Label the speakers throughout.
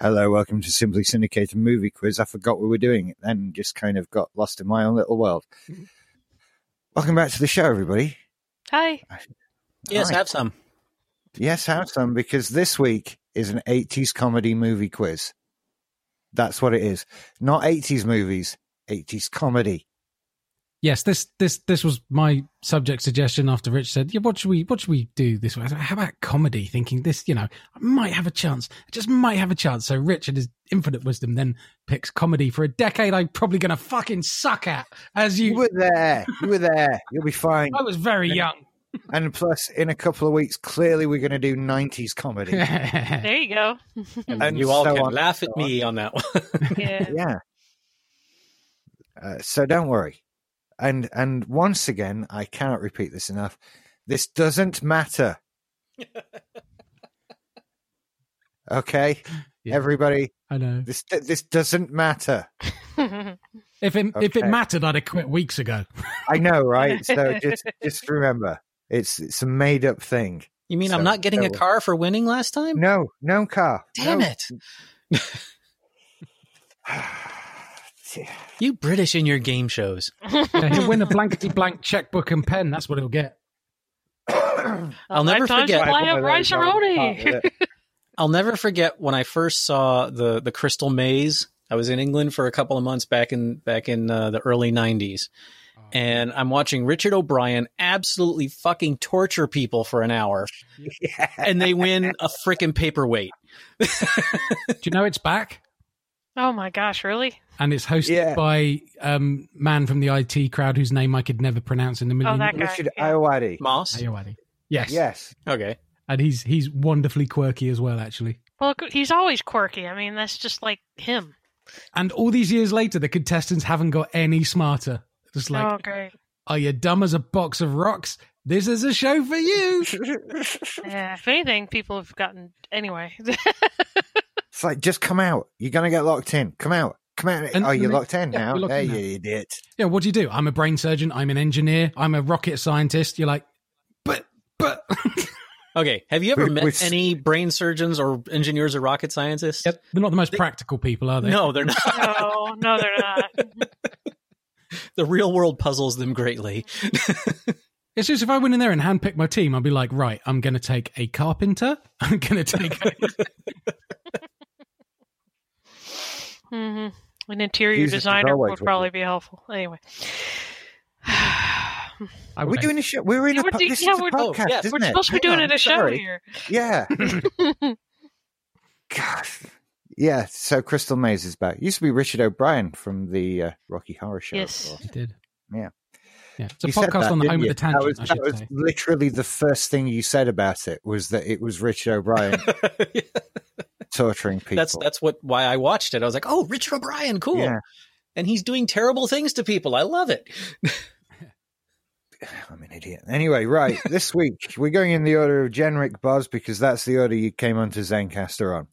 Speaker 1: hello, welcome to Simply Syndicated Movie Quiz. I forgot we were doing it then, just kind of got lost in my own little world. welcome back to the show, everybody.
Speaker 2: Hi.
Speaker 3: Yes,
Speaker 1: Hi.
Speaker 3: have some.
Speaker 1: Yes, have some, because this week is an 80s comedy movie quiz. That's what it is. Not 80s movies, 80s comedy.
Speaker 4: Yes, this this this was my subject suggestion after Rich said, "Yeah, what should we what should we do this way?" I said, How about comedy? Thinking this, you know, I might have a chance. I just might have a chance. So Rich, in his infinite wisdom, then picks comedy for a decade. I'm probably going to fucking suck at as
Speaker 1: You
Speaker 4: you.
Speaker 1: were there. You were there. You'll be fine.
Speaker 4: I was very young.
Speaker 1: And plus, in a couple of weeks, clearly we're going to do 90s comedy.
Speaker 2: There you go.
Speaker 1: And
Speaker 3: you all
Speaker 1: so
Speaker 3: can
Speaker 1: on.
Speaker 3: laugh at me on that one.
Speaker 2: Yeah.
Speaker 1: yeah. Uh, so don't worry. And and once again, I cannot repeat this enough. This doesn't matter. okay,
Speaker 4: Yeah.
Speaker 1: everybody.
Speaker 4: I know.
Speaker 1: This this doesn't matter.
Speaker 4: If it if it
Speaker 1: Okay.
Speaker 4: mattered, I'd have quit weeks ago.
Speaker 1: I know, right? So just just remember, it's it's a made up thing.
Speaker 3: You mean
Speaker 1: So,
Speaker 3: I'm not getting
Speaker 1: no.
Speaker 3: a car for winning last time?
Speaker 1: No, no car.
Speaker 3: Damn
Speaker 1: no.
Speaker 3: it. You British in your game shows.
Speaker 4: Yeah, he'll win a blankety blank checkbook and pen. That's what he'll get.
Speaker 3: I'll never
Speaker 2: Fly
Speaker 3: forget.
Speaker 2: up
Speaker 1: One of those, I'll
Speaker 2: Rice-a-Roni.
Speaker 1: part with it.
Speaker 3: I'll never forget when I first saw the the Crystal Maze. I was in England for a couple of months back in back in uh, the early '90s,
Speaker 1: Oh.
Speaker 3: and I'm watching Richard O'Brien absolutely fucking torture people for an hour, and they win a freaking paperweight.
Speaker 4: Do you know it's back?
Speaker 2: Oh my gosh, really?
Speaker 4: and it's hosted
Speaker 1: Yeah.
Speaker 4: by um man from the IT crowd whose name I could never pronounce in a million.
Speaker 2: Oh, that guy.
Speaker 1: Richard
Speaker 2: Yeah.
Speaker 1: Iowati.
Speaker 3: Moss.
Speaker 4: Ayoade. Yes.
Speaker 1: Yes.
Speaker 3: Okay.
Speaker 4: And he's he's wonderfully quirky as well, actually.
Speaker 2: Well, he's always quirky. I mean, that's just like him.
Speaker 4: And all these years later, the contestants haven't got any smarter. Just like,
Speaker 2: oh, great.
Speaker 4: are you dumb as a box of rocks? This is a show for you.
Speaker 2: Yeah. If anything, people have gotten anyway.
Speaker 1: It's like, just come out. You're going to get locked in. Come out. Come out.
Speaker 4: And-
Speaker 1: oh,
Speaker 4: and
Speaker 1: you're
Speaker 4: it-
Speaker 1: locked in
Speaker 4: yeah,
Speaker 1: now.
Speaker 4: you're locked
Speaker 1: there
Speaker 4: in
Speaker 1: you
Speaker 4: now.
Speaker 1: idiot.
Speaker 4: yeah. What do you do? I'm a brain surgeon. I'm an engineer. I'm a rocket scientist. You're like, but but.
Speaker 3: Okay. Have you ever
Speaker 1: We-
Speaker 3: met
Speaker 1: we've-
Speaker 3: any brain surgeons or engineers or rocket scientists?
Speaker 4: Yep. They're not the most practical people, are they?
Speaker 3: No, they're not.
Speaker 2: no, no, they're not.
Speaker 3: The real world puzzles them greatly.
Speaker 4: It's just if I went in there and handpicked my team, I'd be like, right, I'm going to take a carpenter. I'm going to take. A-
Speaker 2: hmm An interior
Speaker 1: Jesus is
Speaker 2: designer
Speaker 1: always
Speaker 2: would probably be helpful. Anyway.
Speaker 4: I
Speaker 1: Are we
Speaker 4: would-
Speaker 1: doing a show? We're in
Speaker 2: Yeah,
Speaker 1: a,
Speaker 2: we're
Speaker 1: po-
Speaker 2: do-
Speaker 1: this
Speaker 2: yeah,
Speaker 1: is a
Speaker 2: we're-
Speaker 3: oh,
Speaker 1: podcast,
Speaker 3: yeah,
Speaker 1: isn't
Speaker 3: we're
Speaker 1: it?
Speaker 2: We're supposed to be
Speaker 1: Hang
Speaker 2: doing
Speaker 1: on,
Speaker 2: it a show
Speaker 1: sorry.
Speaker 2: here.
Speaker 1: Yeah. God. Yeah. So Crystal Maze is back. Used to be Richard O'Brien from the uh, Rocky Horror Show.
Speaker 2: Yes.
Speaker 1: Or-
Speaker 4: I did.
Speaker 1: Yeah.
Speaker 4: Yeah. It's a
Speaker 1: You said
Speaker 4: podcast
Speaker 1: that,
Speaker 4: on the
Speaker 1: didn't
Speaker 4: home
Speaker 1: you?
Speaker 4: of the tangent,
Speaker 1: That was,
Speaker 4: I
Speaker 1: that
Speaker 4: should
Speaker 1: was
Speaker 4: say.
Speaker 1: literally the first thing you said about it was that it was Richard O'Brien torturing people.
Speaker 3: That's that's what why I watched it. I was like, oh, Richard O'Brien, cool.
Speaker 1: Yeah.
Speaker 3: And he's doing terrible things to people. I love it.
Speaker 1: I'm an idiot. Anyway, right, this week we're going in the order of generic buzz because that's the order you came onto Zencaster on.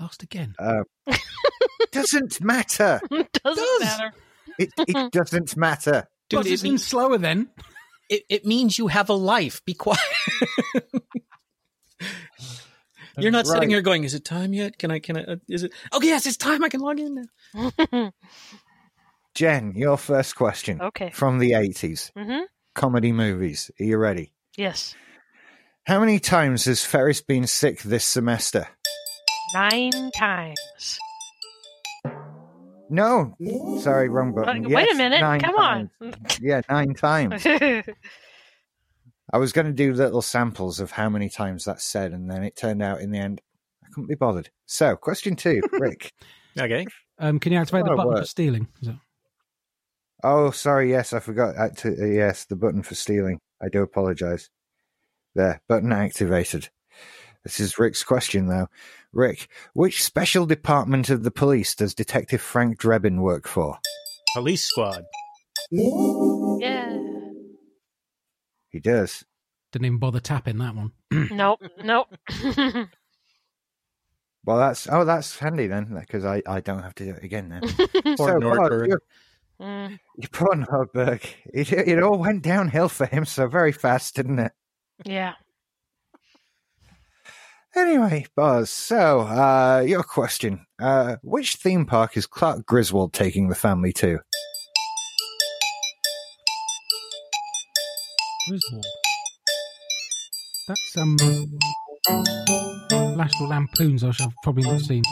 Speaker 4: Last again.
Speaker 1: Um, doesn't matter.
Speaker 2: Doesn't
Speaker 3: Does.
Speaker 2: matter.
Speaker 1: It, it doesn't matter.
Speaker 3: Dude,
Speaker 4: Dude, it's
Speaker 3: it,
Speaker 4: been
Speaker 3: means,
Speaker 4: slower then.
Speaker 3: it, it means you have a life. Be quiet. You're not
Speaker 1: Right.
Speaker 3: sitting here going, "Is it time yet? Can I? Can I? Uh, is it? Okay, yes, it's time. I can log in now."
Speaker 1: Jen, your first question
Speaker 2: Okay.
Speaker 1: from the 80s
Speaker 2: hmm
Speaker 1: comedy movies. Are you ready?
Speaker 2: Yes.
Speaker 1: How many times has Ferris been sick this semester?
Speaker 2: Nine times.
Speaker 1: No. Sorry, wrong button.
Speaker 2: Wait- Wait a
Speaker 1: Yes, nine
Speaker 2: minute. Come
Speaker 1: times. Yeah, nine times.
Speaker 2: on.
Speaker 1: I was going to do little samples of how many times that's said, and then it turned out in the end I couldn't be bothered. So, question two, Rick.
Speaker 3: Okay.
Speaker 4: Um, can you
Speaker 1: Oh,
Speaker 4: activate the button
Speaker 1: work.
Speaker 4: for stealing? Is that-
Speaker 1: oh, sorry, yes, I forgot. Act- uh, yes, the button for stealing. I do apologize. There, button activated. This is Rick's question, though. Rick, which special department of the police does Detective Frank Drebin work for?
Speaker 3: Police squad.
Speaker 2: yeah.
Speaker 1: He does.
Speaker 4: Didn't even bother tapping that one.
Speaker 2: Nope. Nope.
Speaker 1: Well, that's oh, that's handy then, because I, I don't have to do it again then.
Speaker 3: Or
Speaker 1: So, Bob,
Speaker 3: Nordberg.
Speaker 1: you're-
Speaker 2: Mm,
Speaker 1: You poor Nordberg. It, it all went downhill for him so very fast, didn't it?
Speaker 2: yeah.
Speaker 1: Anyway, Buzz, so uh, your question. Uh, which theme park is Clark Griswold taking the family to?
Speaker 4: Griswold. That's um, National Lampoons. I shall probably not have seen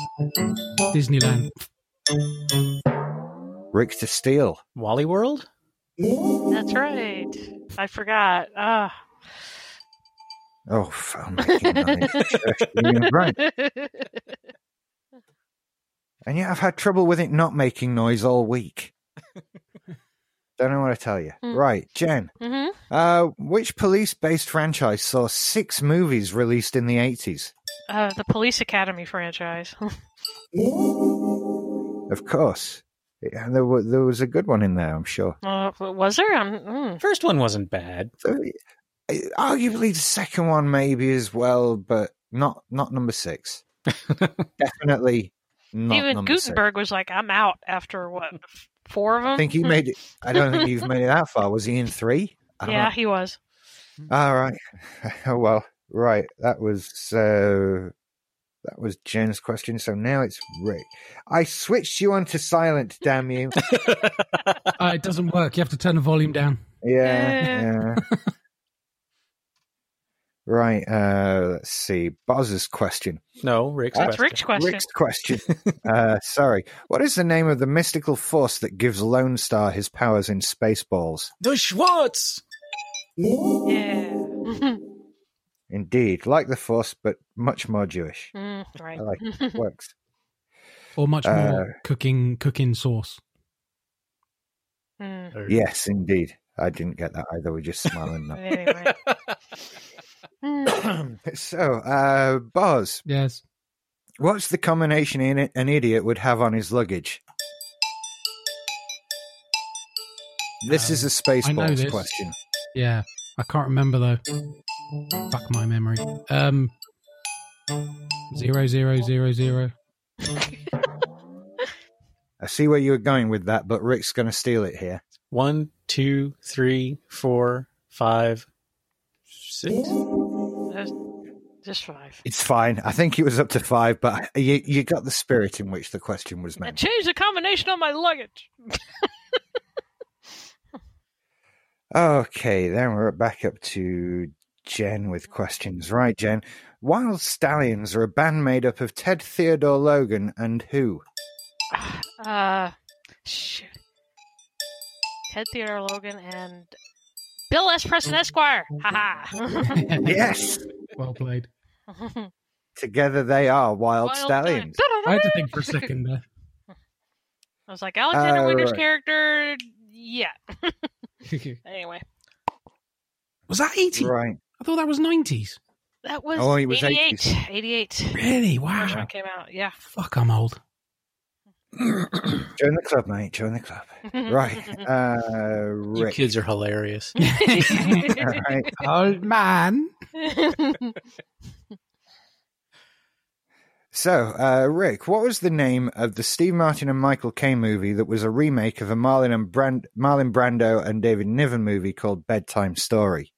Speaker 4: Disneyland.
Speaker 1: Rick to Steele.
Speaker 3: Wally World?
Speaker 2: That's right. I forgot. Ah.
Speaker 1: Oh, filmmaking. noise. right. And yet I've had trouble with it not making noise all week. Don't know what to tell you.
Speaker 2: Hmm.
Speaker 1: Right, Jen.
Speaker 2: hmm
Speaker 1: Uh, which police based franchise saw six movies released in the 80s?
Speaker 2: uh, the Police Academy franchise.
Speaker 1: Of course. Yeah, there, wa- there was a good one in there, I'm sure.
Speaker 2: uh, was there? Um, mm.
Speaker 3: First one wasn't bad.
Speaker 1: So, uh, arguably the second one, maybe as well, but not not number six. Definitely not
Speaker 2: Even
Speaker 1: number six.
Speaker 2: Gutenberg was like, "I'm out" after what f- four of them. Hmm.
Speaker 1: I think he made it. I don't think he's made it that far. Was he in three? I don't
Speaker 2: yeah, he was.
Speaker 1: know. All right. Oh well. Right. That was so. that was Jen's question. So now it's Rick. I switched you onto silent. Damn you.
Speaker 4: Uh, it doesn't work. You have to turn the volume down.
Speaker 1: Yeah. yeah. right. Uh, let's see. Buzz's question.
Speaker 3: no, Rick's
Speaker 2: That's
Speaker 3: question.
Speaker 2: Rick's question.
Speaker 1: Rick's question. uh, sorry. What is the name of the mystical force that gives Lone Star his powers in Spaceballs?
Speaker 3: The Schwartz!
Speaker 2: Yeah.
Speaker 1: Indeed, like the force, but much more Jewish.
Speaker 2: Mm, right.
Speaker 1: I like Works.
Speaker 4: Or much more cooking cooking sauce.
Speaker 2: Mm,
Speaker 1: Yes, indeed. I didn't get that either. We're just smiling now.
Speaker 2: anyway. Mm.
Speaker 1: so, uh, Boz,
Speaker 4: Yes.
Speaker 1: what's the combination in an idiot would have on his luggage? This
Speaker 4: Um,
Speaker 1: is a
Speaker 4: I know
Speaker 1: Spaceballs
Speaker 4: this.
Speaker 1: question.
Speaker 4: Yeah. I can't remember though. Fuck my memory. Um. Zero zero zero zero.
Speaker 1: I see where you were going with that, but Rick's going to steal it here.
Speaker 3: One, two, three, four, five, six.
Speaker 2: That's- Just five.
Speaker 1: It's fine. I think it was up to five, but you, you got the spirit in which the question was
Speaker 2: I
Speaker 1: meant.
Speaker 2: changed the combination on my luggage.
Speaker 1: Okay, then we're back up to Jen with questions. Right, Jen. Wild Stallions are a band made up of Ted Theodore Logan and who?
Speaker 2: Uh, shit. Ted Theodore Logan and Bill S. Preston
Speaker 4: Oh.
Speaker 2: Esquire. Haha.
Speaker 1: Yes!
Speaker 4: Well played.
Speaker 1: Together they are Wild,
Speaker 2: Wild
Speaker 1: Stallions.
Speaker 2: Stallions.
Speaker 4: I had to think for a second there.
Speaker 2: I was like Alexander
Speaker 1: Uh,
Speaker 2: Winter's
Speaker 1: right.
Speaker 2: character. Yeah. Anyway,
Speaker 4: was that eighty?
Speaker 1: Right.
Speaker 4: I thought that was nineties.
Speaker 2: that was,
Speaker 1: Oh, it
Speaker 2: eighty
Speaker 1: was
Speaker 2: eighty-eight.
Speaker 1: 80s.
Speaker 2: 88. 88.
Speaker 4: Really?
Speaker 2: First one
Speaker 4: Wow.
Speaker 2: came out. Yeah.
Speaker 4: Fuck, I'm old.
Speaker 1: Join the club, mate. Join the club. Right. Uh,
Speaker 3: You
Speaker 1: Rick.
Speaker 3: kids are hilarious.
Speaker 1: Right.
Speaker 4: old man.
Speaker 1: So, uh, Rick, what was the name of the Steve Martin and Michael Caine movie that was a remake of a Marlon, and Brand- Marlon Brando and David Niven movie called Bedtime Story?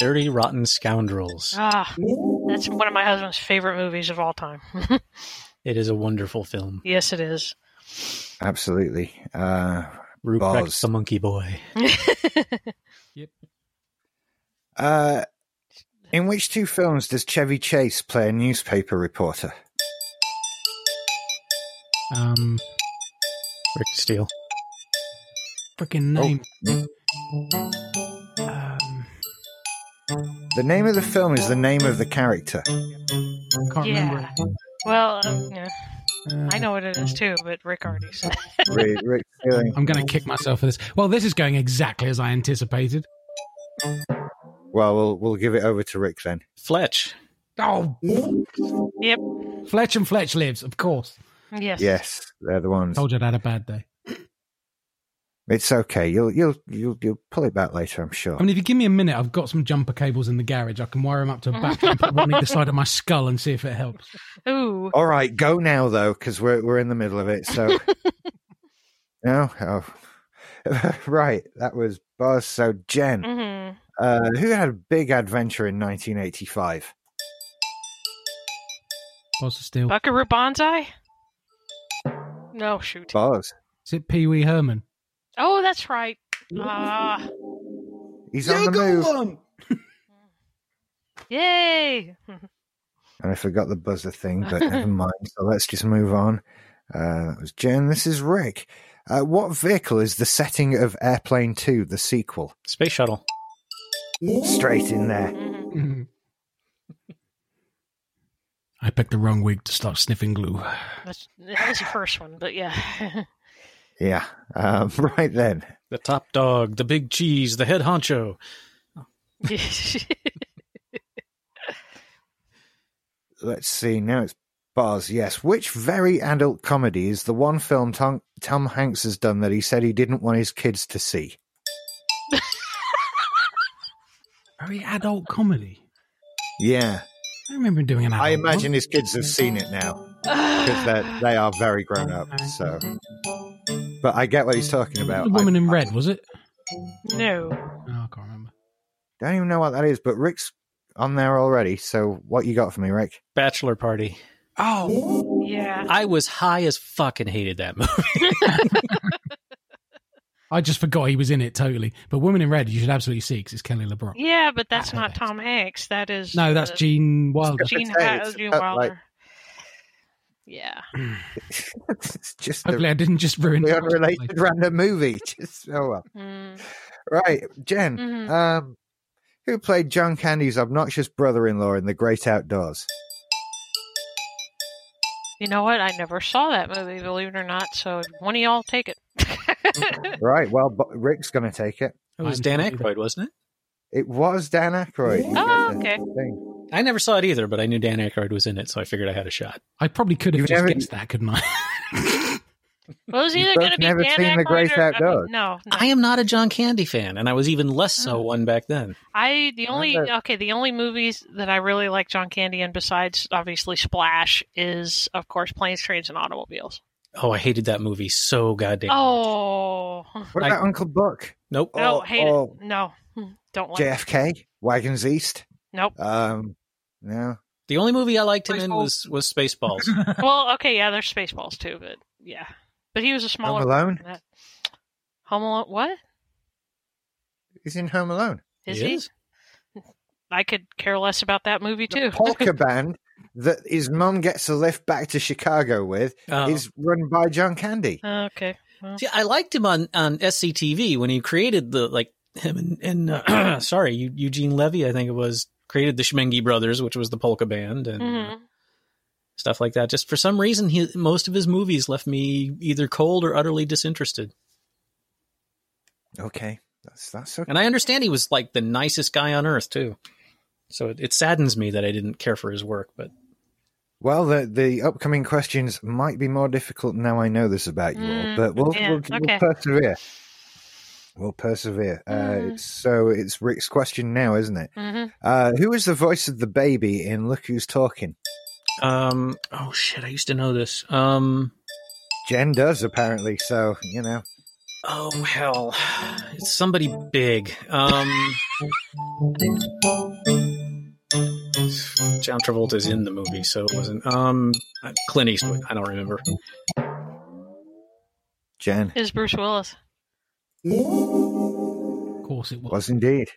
Speaker 3: Dirty, rotten scoundrels.
Speaker 2: ah, that's one of my husband's favorite movies of all time.
Speaker 3: It is a wonderful film.
Speaker 2: yes, it is.
Speaker 1: Absolutely. Uh,
Speaker 3: Ruprecht
Speaker 1: Balls.
Speaker 3: the Monkey Boy.
Speaker 1: Uh, in which two films does Chevy Chase play a newspaper reporter?
Speaker 4: Um,
Speaker 3: Rick Steele.
Speaker 4: freaking name. Um,
Speaker 1: The name of the film is the name of the character.
Speaker 4: can't remember.
Speaker 2: yeah. Well, um, yeah,
Speaker 4: Uh,
Speaker 2: I know what it is too, but Rick already said.
Speaker 1: Rick, Rick Steele.
Speaker 4: I'm going to kick myself for this. Well, this is going exactly as I anticipated.
Speaker 1: Well, we'll we'll give it over to Rick then.
Speaker 3: Fletch.
Speaker 4: Oh,
Speaker 2: Yep.
Speaker 4: Fletch and Fletch lives, of course.
Speaker 2: Yes.
Speaker 1: Yes, they're the ones.
Speaker 4: Told you I'd had a bad day.
Speaker 1: It's okay. You'll you'll you'll you'll pull it back later, I'm sure.
Speaker 4: I mean, if you give me a minute, I've got some jumper cables in the garage. I can wire them up to a battery and put one either side of my skull and see if it helps.
Speaker 2: Ooh.
Speaker 1: All right, go now though, because we're we're in the middle of it. So no, oh. right. That was Buzz. So Jen,
Speaker 2: Mm. Mm-hmm.
Speaker 1: uh, who had a big adventure in 1985?
Speaker 4: Balls of Steel.
Speaker 2: Buckaroo Banzai? No, shoot.
Speaker 1: Bars.
Speaker 4: Is it Pee Wee Herman?
Speaker 2: Oh, that's right. Ah,
Speaker 1: He's on the move.
Speaker 2: yay!
Speaker 1: And I forgot the buzzer thing, but never mind. So let's just move on. Uh, that was Jen. This is Rick. Uh, what vehicle is the setting of Airplane 2, the sequel?
Speaker 3: Space shuttle.
Speaker 1: Straight in there.
Speaker 2: Mhm.
Speaker 4: Mm-hmm. I picked the wrong wig to start sniffing glue.
Speaker 2: That's, that was the first one, but yeah.
Speaker 1: Yeah. Um, right then.
Speaker 3: The top dog, the big cheese, the head honcho.
Speaker 1: Let's see. Now it's Bars. Yes. Which very adult comedy is the one film Tom, Tom Hanks has done that he said he didn't want his kids to see?
Speaker 4: Very adult comedy.
Speaker 1: Yeah.
Speaker 4: I remember him doing an adult
Speaker 1: I imagine his kids have seen it now. because they are very grown up. So, but I get what he's talking
Speaker 4: one.
Speaker 1: about.
Speaker 4: The woman
Speaker 1: I,
Speaker 4: in red, was it?
Speaker 2: no.
Speaker 4: Oh, I can't remember.
Speaker 1: I don't even know what that is, but Rick's on there already. So, what you got for me, Rick?
Speaker 3: Bachelor party.
Speaker 4: Oh,
Speaker 2: Yeah.
Speaker 3: I was high as fuck and hated that movie.
Speaker 4: I just forgot he was in it totally. But Woman in Red, you should absolutely see because it's Kelly LeBron.
Speaker 2: Yeah, but that's not
Speaker 4: Thanks.
Speaker 2: Tom Hanks. That is.
Speaker 4: No, that's
Speaker 2: uh,
Speaker 4: Gene Wilder.
Speaker 2: Gene
Speaker 1: It's a- it's
Speaker 2: Gene
Speaker 1: a-
Speaker 2: Wilder.
Speaker 1: like-
Speaker 2: Yeah.
Speaker 1: it's just
Speaker 4: Hopefully, I didn't just ruin
Speaker 1: a
Speaker 4: it.
Speaker 1: unrelated random movie. Just oh well.
Speaker 2: Mm.
Speaker 1: Right, Jen.
Speaker 2: Mhm.
Speaker 1: Um, who played John Candy's obnoxious brother-in-law in The Great Outdoors?
Speaker 2: You know what? I never saw that movie, believe it or not. So one of y'all take it.
Speaker 1: Right. Well, but Rick's going to take it.
Speaker 3: It was
Speaker 4: I'm
Speaker 3: Dan
Speaker 4: sorry.
Speaker 3: Aykroyd, wasn't it?
Speaker 1: It was Dan Aykroyd. You
Speaker 2: Oh,
Speaker 1: get the
Speaker 2: okay.
Speaker 1: thing.
Speaker 3: I never saw it either, but I knew Dan Aykroyd was in it, so I figured I had a shot.
Speaker 4: I probably could have
Speaker 1: You've
Speaker 4: just
Speaker 1: never-
Speaker 4: guessed that, couldn't I?
Speaker 2: well, it was
Speaker 1: You've
Speaker 2: either
Speaker 1: both
Speaker 2: going to be
Speaker 1: never
Speaker 2: Dan
Speaker 1: seen The
Speaker 2: Aykroyd
Speaker 1: Great
Speaker 2: or, I mean,
Speaker 1: Outdoors.
Speaker 2: no, no.
Speaker 3: I am not a John Candy fan, and I was even less so one back then.
Speaker 2: I the only
Speaker 1: Remember-
Speaker 2: okay the only movies that I really like John Candy in besides obviously Splash is of course Planes Trains and Automobiles.
Speaker 3: Oh, I hated that movie so goddamn. much.
Speaker 2: Oh
Speaker 1: What
Speaker 3: I-
Speaker 1: about Uncle Buck?
Speaker 3: nope.
Speaker 2: no,
Speaker 1: Oh,
Speaker 2: hate
Speaker 1: oh.
Speaker 2: it. No, Mm, don't like. it.
Speaker 1: JFK. Wagons East.
Speaker 2: Nope.
Speaker 1: Um, no.
Speaker 3: The only movie I liked him in
Speaker 4: Spaceballs.
Speaker 3: was was Spaceballs.
Speaker 2: well, okay, yeah, there's Spaceballs too, but yeah, but he was a smaller
Speaker 1: Home Alone.
Speaker 2: than that. Home Alone. What
Speaker 1: He's in Home Alone.
Speaker 2: is
Speaker 3: He
Speaker 2: he?
Speaker 3: is.
Speaker 2: I could care less about that movie too.
Speaker 1: the polka band that his mum gets a lift back to Chicago with
Speaker 3: Oh.
Speaker 1: is run by John Candy.
Speaker 2: okay. Well,
Speaker 3: See, I liked him on on SCTV when he created the like him and, and uh, sorry, Eu- Eugene Levy, I think it was, created the Shemengi Brothers, which was the polka band and uh,
Speaker 2: mhm.
Speaker 3: stuff like that. Just for some reason, he, most of his movies left me either cold or utterly disinterested.
Speaker 1: Okay, that's that's okay.
Speaker 3: And I understand he was like the nicest guy on earth too. So it, it saddens me that I didn't care for his work, but
Speaker 1: Well, the the upcoming questions might be more difficult now. I know this about you all,
Speaker 2: Mm,
Speaker 1: but we'll
Speaker 2: yeah,
Speaker 1: we'll,
Speaker 2: okay.
Speaker 1: we'll persevere. We'll persevere. Uh,
Speaker 2: Mm.
Speaker 1: so it's Rick's question now, isn't it?
Speaker 2: Mhm.
Speaker 1: Uh, who is the voice of the baby in Look Who's Talking?
Speaker 3: um oh shit, I used to know this. Um
Speaker 1: Jen does apparently. So you know,
Speaker 3: Oh hell, it's somebody big. Um, John Travolta's in the movie, so it wasn't. Um, Clint Eastwood. I don't remember.
Speaker 1: Jen
Speaker 2: Is Bruce Willis?
Speaker 4: of course it was.
Speaker 1: was indeed.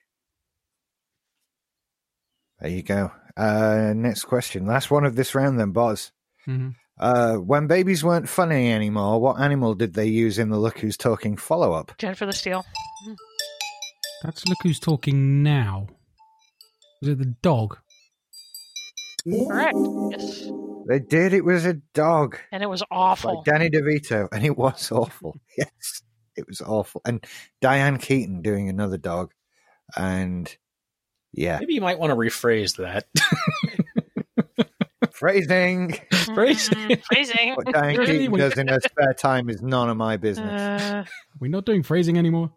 Speaker 1: There you go. Uh, next question. Last one of this round, then, Boz.
Speaker 4: Mhm.
Speaker 1: Uh, when babies weren't funny anymore, what animal did they use in the Look Who's Talking follow up?
Speaker 2: Jennifer the Steel.
Speaker 4: That's look who's talking now. Was it the dog?
Speaker 2: Correct. Yes.
Speaker 1: They did. It was a dog,
Speaker 2: And it was awful.
Speaker 1: like Danny DeVito, and it was awful. yes, it was awful. And Diane Keaton doing another dog, and yeah,
Speaker 3: Maybe you might want to rephrase that.
Speaker 1: phrasing.
Speaker 3: Phrasing.
Speaker 2: Mhm. Phrasing.
Speaker 1: What Diane
Speaker 4: Really?
Speaker 1: Keaton does in her spare time is none of my business.
Speaker 2: Uh,
Speaker 4: We're not doing phrasing anymore.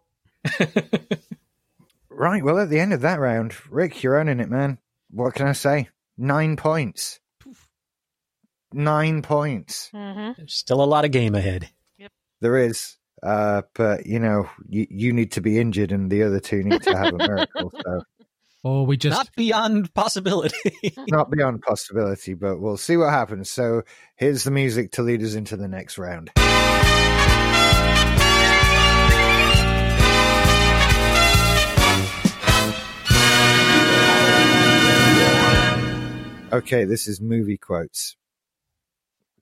Speaker 1: Right. Well, at the end of that round, Rick, you're owning it, man. What can I say? Nine points. Nine points.
Speaker 2: mhm.
Speaker 3: There's still a lot of game ahead.
Speaker 1: There is. Uh, but you know, you, you need to be injured, and the other two need to have a miracle. So
Speaker 4: Or we just
Speaker 3: Not beyond possibility.
Speaker 1: Not beyond possibility, but we'll see what happens. So here's the music to lead us into the next round. Okay, this is movie quotes.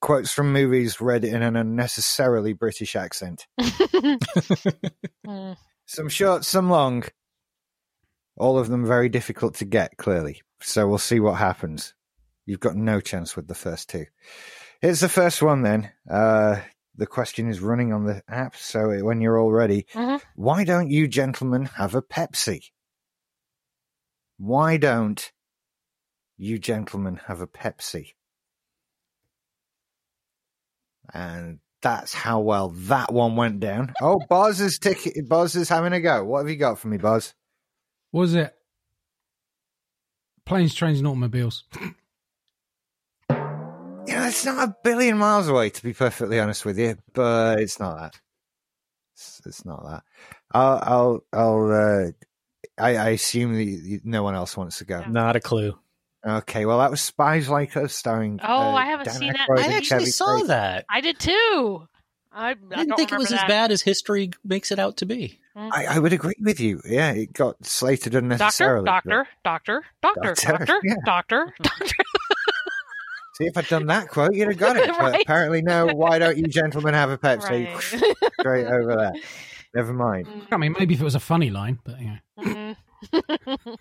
Speaker 1: Quotes from movies read in an unnecessarily British accent.
Speaker 2: Mm.
Speaker 1: Some short, some long. All of them very difficult to get, clearly. So we'll see what happens. You've got no chance with the first two. Here's the first one then. Uh, the question is running on the app. So when you're all ready,
Speaker 2: Mhm.
Speaker 1: why don't you gentlemen have a Pepsi? Why don't you gentlemen have a Pepsi? And that's how well that one went down. Oh, Boz is ticket. Boz is having a go. What have you got for me, Boz?
Speaker 4: was it planes, trains, and automobiles.
Speaker 1: You know, it's not a billion miles away, to be perfectly honest with you, but it's not that. It's, it's not that. I'll, I'll, I'll. Uh, I, I assume that you- no one else wants to go.
Speaker 3: Not a clue.
Speaker 1: Okay, well, that was Spies Like Us starring. uh,
Speaker 2: Oh, I haven't seen that.
Speaker 1: Aykroyd
Speaker 3: I
Speaker 1: and
Speaker 3: actually
Speaker 1: Chevy
Speaker 3: saw
Speaker 1: Chase.
Speaker 3: that.
Speaker 2: I did too. I, I,
Speaker 3: I didn't
Speaker 2: don't
Speaker 3: think it was
Speaker 2: remember
Speaker 3: as
Speaker 2: that.
Speaker 3: bad as history makes it out to be.
Speaker 1: I, I would agree with you. Yeah, it got slated
Speaker 2: Doctor,
Speaker 1: unnecessarily.
Speaker 2: doctor, doctor, doctor,
Speaker 1: Doctor,
Speaker 2: doctor,
Speaker 1: yeah.
Speaker 2: doctor, doctor.
Speaker 1: but- See, if I'd done that quote, you'd have got it. But
Speaker 2: Right.
Speaker 1: apparently, no. Why don't you gentlemen have a Pepsi?
Speaker 2: Right. Mm-hmm,
Speaker 1: Straight over there. Never
Speaker 2: Oh,
Speaker 1: mind.
Speaker 4: I mean, maybe if it was a funny line, but you know.
Speaker 2: Mhm.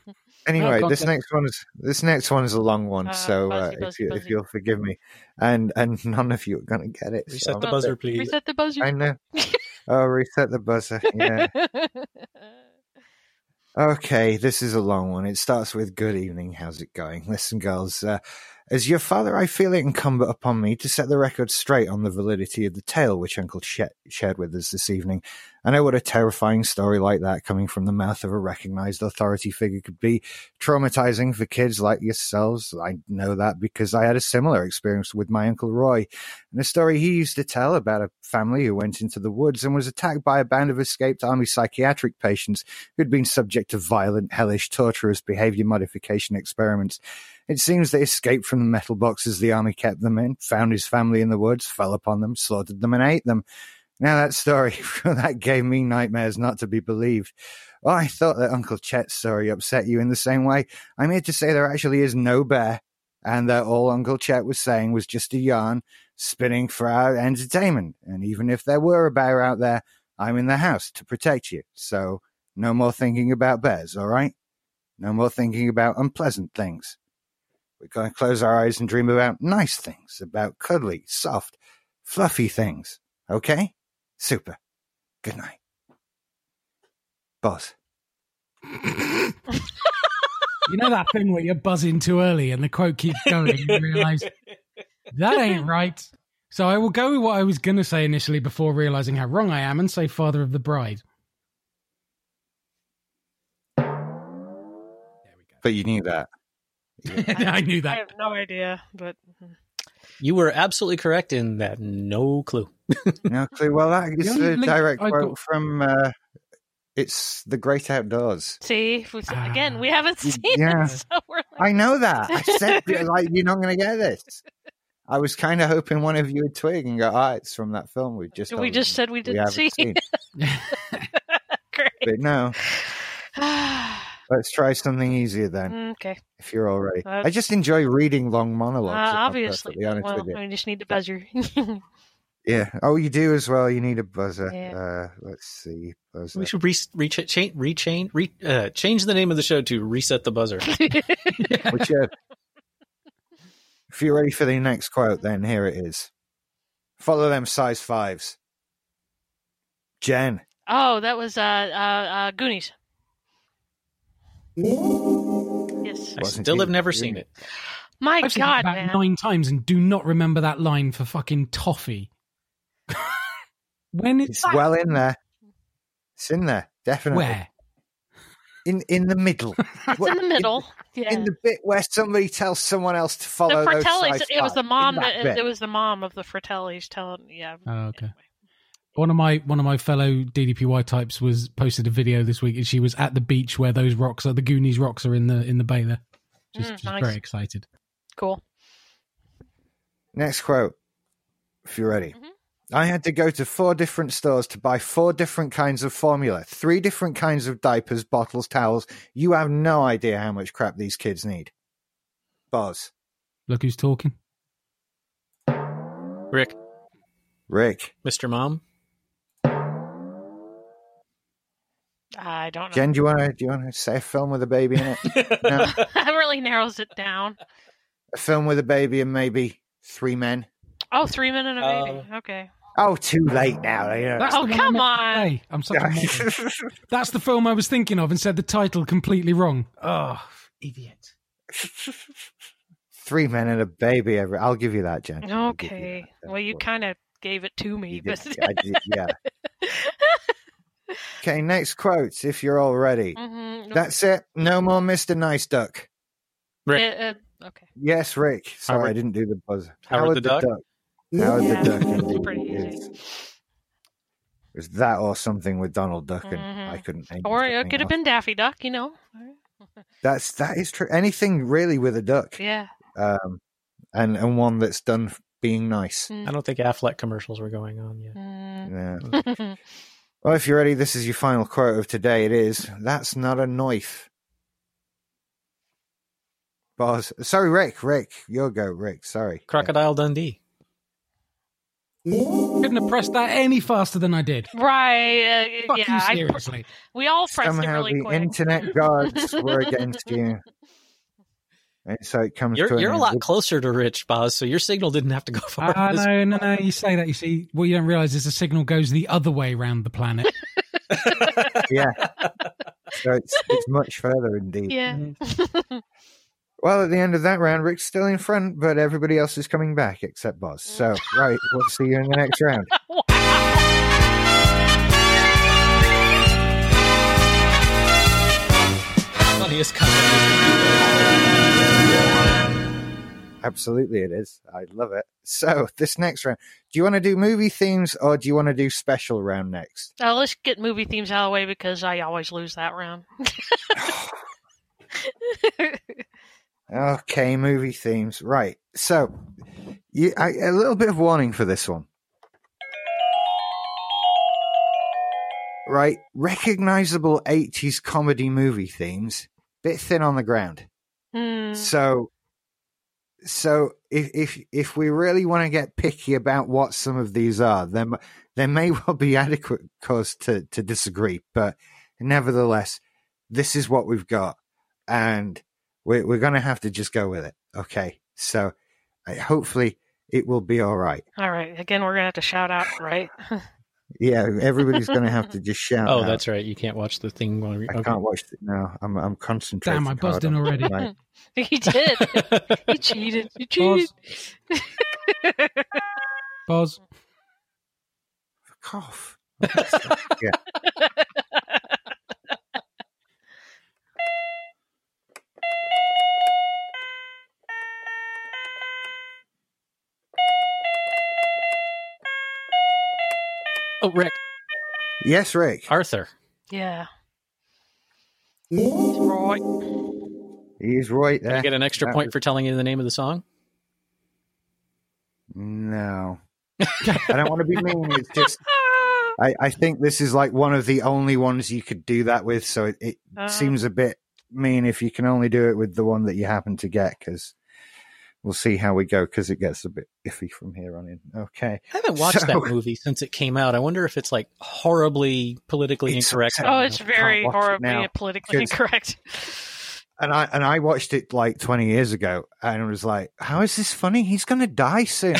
Speaker 1: Anyway,
Speaker 4: No
Speaker 1: this
Speaker 4: contact.
Speaker 1: next one's this next one's a long one,
Speaker 2: Uh,
Speaker 1: so uh,
Speaker 2: buzzy,
Speaker 1: if,
Speaker 2: buzzy,
Speaker 1: you, if
Speaker 2: buzzy.
Speaker 1: you'll forgive me, and and none of you are going to get it. so
Speaker 3: Reset the
Speaker 1: I'm-
Speaker 3: buzzer, please.
Speaker 2: Reset the buzzer.
Speaker 1: I know. Oh, reset the buzzer. Yeah. Okay, this is a long one. It starts with Good evening, how's it going? Listen, girls, uh, as your father, I feel it incumbent upon me to set the record straight on the validity of the tale which Uncle sh- shared with us this evening. I know what a terrifying story like that coming from the mouth of a recognized authority figure could be traumatizing for kids like yourselves. I know that because I had a similar experience with my Uncle Roy and a story he used to tell about a family who went into the woods and was attacked by a band of escaped army psychiatric patients who'd been subject to violent, hellish, torturous behavior modification experiments. It seems they escaped from the metal boxes the army kept them in, found his family in the woods, fell upon them, slaughtered them, and ate them. Now that story that gave me nightmares not to be believed. Well, I thought that Uncle Chet's story upset you in the same way. I'm here to say there actually is no bear, and that all Uncle Chet was saying was just a yarn spinning for our entertainment. And even if there were a bear out there, I'm in the house to protect you. So no more thinking about bears, all right? No more thinking about unpleasant things. We're going to close our eyes and dream about nice things, about cuddly, soft, fluffy things, okay? Super. Good night. Boss.
Speaker 4: You know that thing where you're buzzing too early and the quote keeps going and you realize that ain't right. So I will go with what I was going to say initially before realizing how wrong I am and say Father of the Bride.
Speaker 1: But you knew that.
Speaker 4: I knew
Speaker 2: I
Speaker 4: that.
Speaker 2: have no idea, but
Speaker 3: You were absolutely correct in that. No clue.
Speaker 1: No clue. Well, that is
Speaker 4: only
Speaker 1: a
Speaker 4: link
Speaker 1: direct
Speaker 4: I
Speaker 1: quote
Speaker 4: got-
Speaker 1: from uh, It's the Great Outdoors.
Speaker 2: see, if we-
Speaker 4: Ah.
Speaker 2: again, we haven't
Speaker 1: Y-
Speaker 2: seen
Speaker 1: yeah.
Speaker 2: it, so we're like,
Speaker 1: I know that. I said, like, you're not going to get this. I was kind of hoping one of you would twig and go, ah, it's from that film we've just
Speaker 2: we
Speaker 1: told
Speaker 2: just
Speaker 1: you
Speaker 2: said we
Speaker 1: we
Speaker 2: didn't
Speaker 1: haven't
Speaker 2: see.
Speaker 1: seen."
Speaker 2: Great.
Speaker 1: But no, let's try something easier then,
Speaker 2: okay.
Speaker 1: if you're all ready.
Speaker 2: Uh,
Speaker 1: I just enjoy reading long
Speaker 2: Uh,
Speaker 1: monologues. if I'm
Speaker 2: obviously,
Speaker 1: perfectly honest
Speaker 2: well,
Speaker 1: with you.
Speaker 2: we just need the buzzer.
Speaker 1: Yeah. Oh, you do as well. You need a buzzer.
Speaker 2: Yeah.
Speaker 1: Uh, let's see. Buzzer.
Speaker 3: We should re- re- cha- rechain, re- uh, change the name of the show to Reset the Buzzer.
Speaker 1: We should. if you're ready for the next quote, then here it is. Follow them size fives. Jen.
Speaker 2: oh, that was uh, uh, uh, Goonies. Yes.
Speaker 3: I
Speaker 1: Wasn't
Speaker 3: still
Speaker 1: you.
Speaker 3: have never
Speaker 1: You
Speaker 3: seen
Speaker 1: didn't.
Speaker 3: it.
Speaker 2: My
Speaker 4: I've seen that
Speaker 2: God,
Speaker 4: about
Speaker 2: man.
Speaker 4: nine times and do not remember that line for fucking toffee. when it's
Speaker 1: It's well in there. It's in there, definitely.
Speaker 4: where?
Speaker 1: In in the middle.
Speaker 2: It's in the middle. Yeah.
Speaker 1: in the bit where somebody tells someone else to follow
Speaker 2: the
Speaker 1: those
Speaker 2: Fratellis.
Speaker 1: size
Speaker 2: It was
Speaker 1: five,
Speaker 2: the
Speaker 1: in
Speaker 2: mom.
Speaker 1: that
Speaker 2: That,
Speaker 1: bit.
Speaker 2: it was the mom of the Fratellis telling. Yeah.
Speaker 4: Oh, okay. One of my one of my fellow DDPY types was posted a video this week, and she was at the beach where those rocks are. The Goonies rocks are in the in the bay there. She's,
Speaker 2: Mm,
Speaker 4: she's
Speaker 2: nice.
Speaker 4: very excited.
Speaker 2: Cool.
Speaker 1: Next quote, if you're ready.
Speaker 2: Mhm.
Speaker 1: I had to go to four different stores to buy four different kinds of formula, three different kinds of diapers, bottles, towels. You have no idea how much crap these kids need. Buzz.
Speaker 4: Look who's talking.
Speaker 3: Rick,
Speaker 1: Rick.
Speaker 3: Mr. Mom.
Speaker 2: I don't know.
Speaker 1: Jen, do you want to do you want to say a film with a baby in it? No.
Speaker 2: that really narrows it down.
Speaker 1: a film with a baby and maybe three men.
Speaker 2: Oh, three men and a baby.
Speaker 3: Um,
Speaker 2: okay.
Speaker 1: Oh, too late now. Yeah.
Speaker 4: That's
Speaker 2: Oh,
Speaker 4: the one I
Speaker 2: come
Speaker 4: meant to
Speaker 2: on.
Speaker 4: say. I'm such a moron. That's the film I was thinking of and said the title completely wrong. Oh, idiot.
Speaker 1: three men and a baby. Every, I'll give you that, Jen. I'll give you
Speaker 2: Okay.
Speaker 1: that.
Speaker 2: Well, you
Speaker 1: Well,
Speaker 2: kind of gave it to me,
Speaker 1: you
Speaker 2: but
Speaker 1: did- I did- yeah. Okay, next quotes. If you're all ready,
Speaker 2: Mhm.
Speaker 1: that's it. No more Mister Nice Duck.
Speaker 2: Uh,
Speaker 3: Rick,
Speaker 2: uh, okay.
Speaker 1: Yes, Rick. Sorry,
Speaker 3: Howard-
Speaker 1: I didn't do the buzzer.
Speaker 3: Howard the Duck?
Speaker 1: Howard
Speaker 2: Yeah,
Speaker 1: the Duck.
Speaker 2: that's
Speaker 1: indeed.
Speaker 2: pretty
Speaker 1: It
Speaker 2: easy.
Speaker 1: is. It was that or something with Donald Duck, and
Speaker 2: Mhm.
Speaker 1: I couldn't. think of
Speaker 2: Or
Speaker 1: anything
Speaker 2: it could have
Speaker 1: else.
Speaker 2: been Daffy Duck, you know.
Speaker 1: That's that is true. Anything really with a duck,
Speaker 2: Yeah.
Speaker 1: um, and and one that's done f- being nice.
Speaker 3: I don't think Affleck commercials were going on yet.
Speaker 2: Mm.
Speaker 1: Yeah. Well, if you're ready, this is your final quote of today. It is that's not a knife. Boz, sorry, Rick. Rick, your go, Rick. Sorry,
Speaker 3: Crocodile Dundee.
Speaker 4: Couldn't have pressed that any faster than I did.
Speaker 2: right. Uh,
Speaker 4: Fuck
Speaker 2: yeah.
Speaker 4: you,
Speaker 2: I-
Speaker 4: seriously.
Speaker 2: we all pressed it
Speaker 1: Somehow
Speaker 2: really
Speaker 1: the
Speaker 2: quick.
Speaker 1: internet gods were against you, and so it comes to
Speaker 3: You're
Speaker 1: an
Speaker 3: you're a lot
Speaker 1: end.
Speaker 3: closer to Rich, Boz, so your signal didn't have to go far.
Speaker 4: Ah,
Speaker 3: This-
Speaker 4: no, no, no. You say that. You see, what you don't realize is the signal goes the other way around the planet.
Speaker 1: So it's, it's much further indeed.
Speaker 2: yeah.
Speaker 1: Well, at the end of that round, Rick's still in front, but everybody else is coming back except Boz. So, right, we'll see you in the next round.
Speaker 3: Funniest comment.
Speaker 1: Absolutely, it is. I love it. So, this next round, do you want to do movie themes or do you want to do special round next?
Speaker 2: Uh, let's get movie themes out of the way because I always lose that round.
Speaker 1: Okay, movie themes. Right. So, you, I, a little bit of warning for this one. Right. Recognizable 80s comedy movie themes, bit thin on the ground.
Speaker 4: Mm.
Speaker 2: Hmm.
Speaker 1: So, so if if if we really want to get picky about what some of these are, then there may well be adequate cause to to disagree. But nevertheless, this is what we've got, and we're we're going to have to just go with it. Okay, so I, hopefully it will be all right.
Speaker 2: All right. Again, we're gonna have to shout out, right?
Speaker 1: Yeah, everybody's going to have to just shout.
Speaker 3: Oh,
Speaker 1: out.
Speaker 3: that's right. You can't watch the thing. While you
Speaker 1: I can't watch it now. I'm I'm concentrating.
Speaker 4: Damn, I buzzed
Speaker 1: hard
Speaker 4: in
Speaker 1: on
Speaker 4: already.
Speaker 1: it, mate.
Speaker 2: you did. You cheated. You cheated.
Speaker 4: Boz,
Speaker 1: Fuck off.
Speaker 3: oh, Rick,
Speaker 1: Yes, Rick.
Speaker 3: Arthur.
Speaker 2: yeah. Right.
Speaker 1: He's right
Speaker 3: Did I
Speaker 1: there.
Speaker 3: get an extra
Speaker 1: That
Speaker 3: point
Speaker 1: was-
Speaker 3: for telling you the name of the song?
Speaker 1: No. I don't want to be mean. It's just
Speaker 2: Ah!
Speaker 1: I, I think this is like one of the only ones you could do that with, so it, it
Speaker 2: Um,
Speaker 1: seems a bit mean if you can only do it with the one that you happen to get because we'll see how we go because it gets a bit iffy from here on in. Okay.
Speaker 3: I haven't watched
Speaker 1: So-
Speaker 3: that movie since it came out. I wonder if it's like horribly politically
Speaker 1: It's-
Speaker 3: incorrect.
Speaker 2: Oh, it's
Speaker 1: Can't
Speaker 2: very
Speaker 1: watch it
Speaker 2: horribly
Speaker 1: now,
Speaker 2: and politically
Speaker 1: because-
Speaker 2: incorrect.
Speaker 1: And I and I watched it like twenty years ago and was like, How is this funny? He's gonna die soon.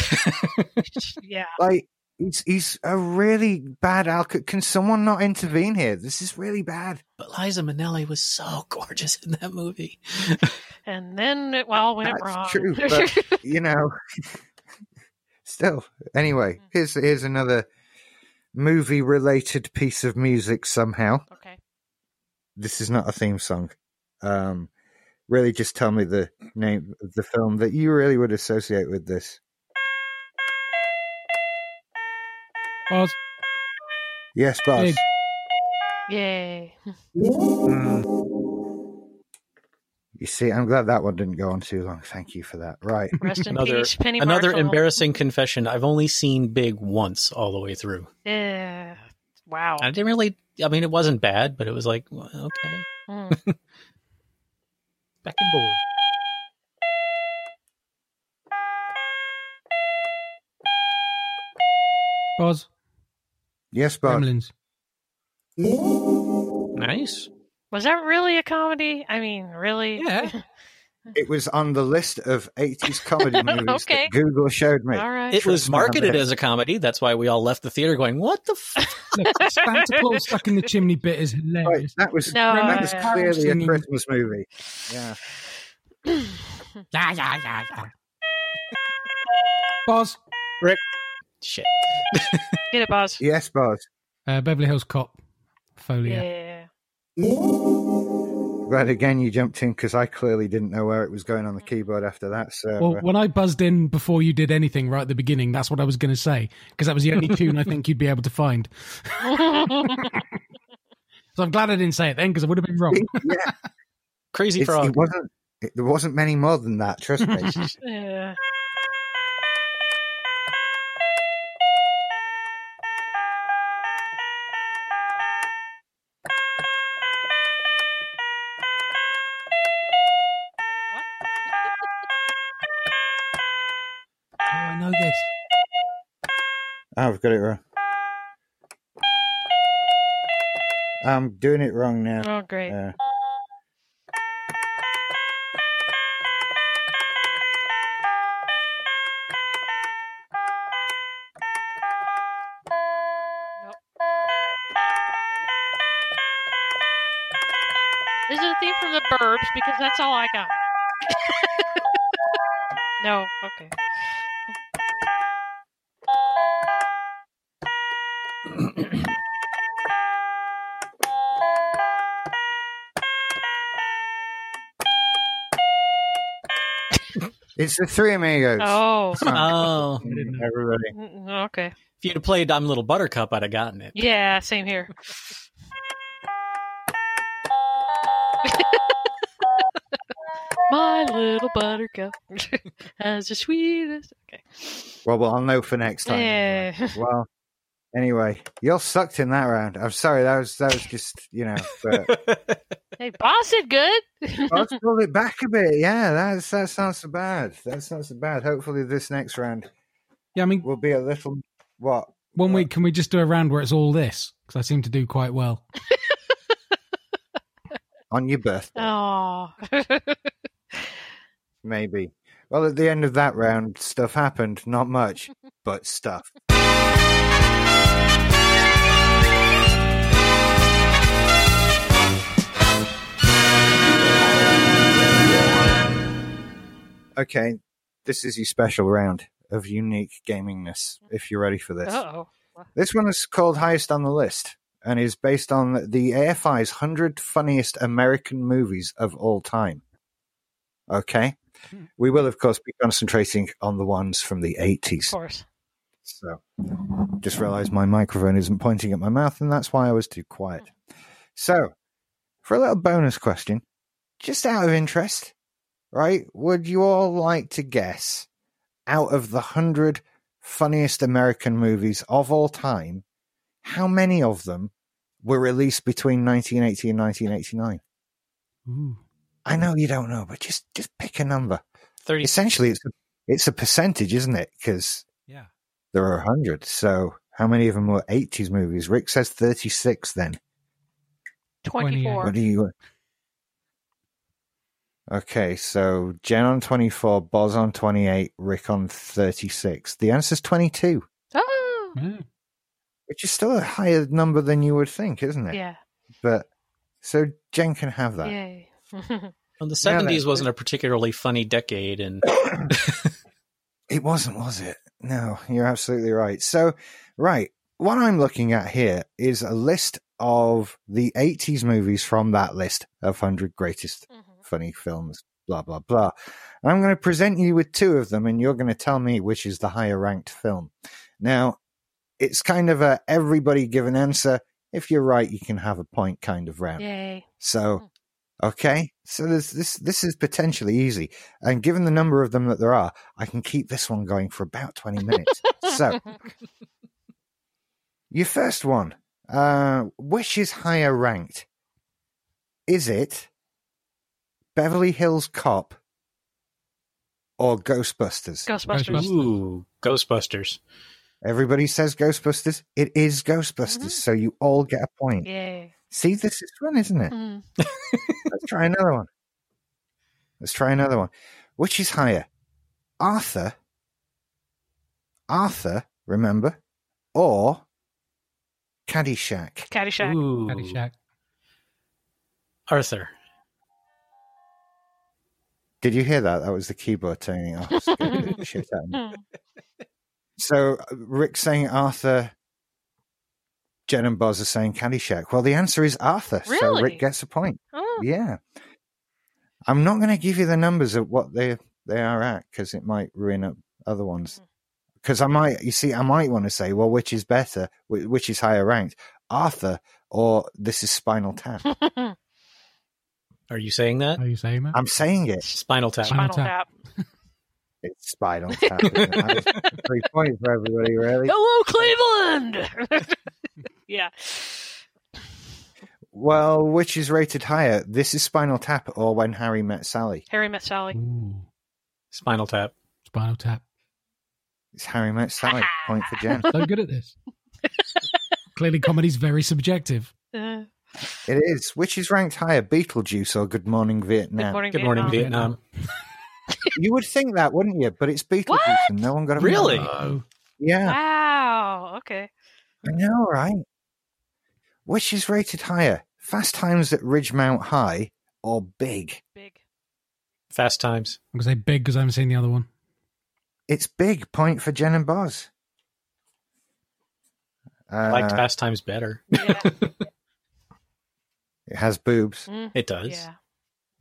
Speaker 2: yeah.
Speaker 1: like he's he's a really bad alcohol. Can someone not intervene here? This is really bad.
Speaker 3: but Liza Minnelli was so gorgeous in that movie.
Speaker 2: And then it all went
Speaker 1: That's
Speaker 2: wrong.
Speaker 1: true, but- you know. Still,
Speaker 2: Mm.
Speaker 1: anyway, here's here's another movie related piece of music. Somehow,
Speaker 2: okay.
Speaker 1: this is not a theme song. Um, really, just tell me the name of the film that you really would associate with this.
Speaker 4: Boz,
Speaker 1: Yes, Buzz.
Speaker 4: Big.
Speaker 2: Yay.
Speaker 1: Mm. You see, I'm glad that one didn't go on too long. Thank you for that. Right.
Speaker 2: Rest in
Speaker 3: Another-
Speaker 2: peace, Penny
Speaker 3: Another
Speaker 2: Marshall.
Speaker 3: embarrassing confession. I've only seen Big once all the way through.
Speaker 2: Yeah. Wow.
Speaker 3: I didn't really. I mean, it wasn't bad, but it was like well, okay,
Speaker 2: Hmm.
Speaker 3: back and board.
Speaker 4: Boz,
Speaker 1: Yes, Buzz.
Speaker 4: Gremlins.
Speaker 3: Nice.
Speaker 2: Was that really a comedy? I mean, really?
Speaker 4: Yeah.
Speaker 1: It was on the list of 80s comedy movies
Speaker 2: Okay.
Speaker 1: that Google showed me.
Speaker 2: All right.
Speaker 3: It was
Speaker 1: Trust me on
Speaker 3: marketed
Speaker 1: that.
Speaker 3: as a comedy. That's why we all left the theater going, "What the? F-?
Speaker 4: Look, Santa Claus stuck in the chimney bit is
Speaker 1: Right,
Speaker 4: hilarious.
Speaker 1: that was
Speaker 2: No,
Speaker 1: that was
Speaker 2: yeah.
Speaker 1: clearly a
Speaker 4: Singing.
Speaker 1: Christmas movie. Yeah.
Speaker 4: Yeah, yeah, yeah, yeah. Boz,
Speaker 3: Shit.
Speaker 2: Get it, Buzz.
Speaker 1: Yes, Buzz.
Speaker 4: uh, Beverly Hills Cop, Folio.
Speaker 2: Yeah.
Speaker 1: But again, you jumped in because I clearly didn't know where it was going on the keyboard after that. So
Speaker 4: Well,
Speaker 1: uh,
Speaker 4: when I buzzed in before you did anything right at the beginning, that's what I was going to say because that was the only tune I think you'd be able to find. So I'm glad I didn't say it then because I would have been wrong.
Speaker 3: Crazy
Speaker 1: it's-
Speaker 3: frog.
Speaker 1: it wasn't. It, there wasn't many more than that. Trust me.
Speaker 2: yeah.
Speaker 4: Oh, I know this.
Speaker 1: Oh, I've got it wrong. I'm doing it wrong now.
Speaker 2: Oh, great.
Speaker 1: Uh,
Speaker 2: Is it a theme from the Burbs? Because that's all I got. no. Okay.
Speaker 1: it's the Three Amigos.
Speaker 2: Oh.
Speaker 3: oh,
Speaker 1: Everybody.
Speaker 2: Mm, Okay.
Speaker 3: if you'd have played "I'm Little Buttercup," I'd have gotten it.
Speaker 2: Yeah. Same here. My little buttercup has the sweetest. Okay.
Speaker 1: Well, well, I'll know for next time. anyway.
Speaker 2: Yeah.
Speaker 1: Well, anyway, you're sucked in that round. I'm sorry. That was that was just you know. But
Speaker 2: Hey, boss did good.
Speaker 1: I'll just pull it back a bit. Yeah, that's that's not so bad. That's not so bad. Hopefully, this next round
Speaker 4: Yeah, I mean,
Speaker 1: will be a little what
Speaker 4: one week can we just do a round where it's all this? Because I seem to do quite well.
Speaker 1: on your birthday.
Speaker 2: Oh.
Speaker 1: Maybe. Well, at the end of that round, stuff happened. Not much, but stuff. Okay, this is your special round of unique gamingness, if you're ready for this.
Speaker 2: oh.
Speaker 1: This one is called Highest on the List and is based on the AFI's 100 Funniest American Movies of All Time. Okay. We will, of course, be concentrating on the ones from the
Speaker 2: Of
Speaker 1: 80s.
Speaker 2: course.
Speaker 1: So, just realized my microphone isn't pointing at my mouth, and that's why I was too quiet. So, for a little bonus question, just out of interest, right? Would you all like to guess out of the hundred funniest American movies of all time, how many of them were released between 1980 and 1989?
Speaker 4: Ooh.
Speaker 1: I know you don't know, but just just pick a number.
Speaker 3: Thirty.
Speaker 1: Essentially, it's it's a percentage, isn't it? Because
Speaker 4: Yeah.
Speaker 1: there are 100. So how many of them were 80s movies? Rick says 36 then.
Speaker 2: 24.
Speaker 1: What do you. Okay, so Jen on 24, Boz on 28, Rick on 36. The answer's 22,
Speaker 2: Oh.
Speaker 4: Yeah.
Speaker 1: which is still a higher number than you would think, isn't it?
Speaker 2: Yeah.
Speaker 1: But so Jen can have that.
Speaker 2: Yay.
Speaker 3: Well, the
Speaker 1: Yeah, that-
Speaker 3: seventies wasn't a particularly funny decade, and
Speaker 1: It wasn't, was it? No, you're absolutely right. So, right, what I'm looking at here is a list of the 80s movies from that list of 100 greatest
Speaker 2: Mhm.
Speaker 1: funny films, blah, blah, blah. And I'm going to present you with two of them, and you're going to tell me which is the higher ranked film. Now, it's kind of a everybody give an answer. If you're right, you can have a point kind of round.
Speaker 2: Yay.
Speaker 1: So, okay, so this this this is potentially easy, and given the number of them that there are, I can keep this one going for about twenty minutes. so, your first one, uh, which is higher ranked? Is it Beverly Hills Cop or Ghostbusters?
Speaker 2: Ghostbusters.
Speaker 4: Ghostbusters.
Speaker 3: Ooh, Ghostbusters.
Speaker 1: Everybody says Ghostbusters. It is Ghostbusters,
Speaker 2: Mhm.
Speaker 1: so you all get a point.
Speaker 2: Yay.
Speaker 1: See, this is fun, isn't it?
Speaker 2: Mm.
Speaker 1: Let's try another one. Let's try another one. Which is higher? Arthur? Arthur, remember? Or Caddyshack?
Speaker 2: Caddyshack.
Speaker 3: Ooh.
Speaker 4: Caddyshack.
Speaker 3: Arthur.
Speaker 1: Did you hear that? That was the keyboard turning off. Scared the shit out of me.
Speaker 2: Mm.
Speaker 1: So Rick's saying Arthur. Jen and Boz are saying Caddyshack. Well, the answer is Arthur. So
Speaker 2: Really?
Speaker 1: Rick gets a point.
Speaker 2: Oh,
Speaker 1: Yeah. I'm not going to give you the numbers of what they they are at because it might ruin up other ones. Because I might, you see, I might want to say, well, which is better, Wh- which is higher ranked, Arthur or this is Spinal Tap.
Speaker 3: Are you saying that?
Speaker 4: Are you saying that?
Speaker 1: I'm saying it.
Speaker 3: Spinal Tap.
Speaker 4: Spinal
Speaker 2: Spinal Tap.
Speaker 1: It's Spinal Tap. isn't it? That is Three points for everybody, really.
Speaker 2: Hello, Cleveland. yeah.
Speaker 1: Well, which is rated higher, this is Spinal Tap or When Harry Met Sally?
Speaker 2: Harry met Sally.
Speaker 4: Ooh,
Speaker 3: Spinal Tap.
Speaker 4: Spinal Tap.
Speaker 1: It's Harry Met Sally. Point for Jen.
Speaker 4: So good at this. Clearly, comedy's very subjective.
Speaker 2: Uh,
Speaker 1: It is. Which is ranked higher, Beetlejuice or Good Morning Vietnam?
Speaker 2: good morning,
Speaker 3: Good morning,
Speaker 2: Vietnam.
Speaker 3: Vietnam.
Speaker 1: You would think that, wouldn't you? But it's Beetlejuice,
Speaker 2: What?
Speaker 1: and no one got it.
Speaker 3: Really?
Speaker 4: Oh,
Speaker 1: Yeah,
Speaker 2: Wow. Okay.
Speaker 1: I know, right? Which is rated higher, Fast Times at Ridgemount High or Big?
Speaker 2: Big.
Speaker 3: Fast Times.
Speaker 4: I'm gonna say big because I haven't seen the other one.
Speaker 1: It's Big. Point for Jen and Boz.
Speaker 3: I liked
Speaker 1: Uh,
Speaker 3: Fast Times better.
Speaker 2: Yeah.
Speaker 1: it has boobs.
Speaker 2: Mm.
Speaker 3: It does.
Speaker 2: Yeah. Mm.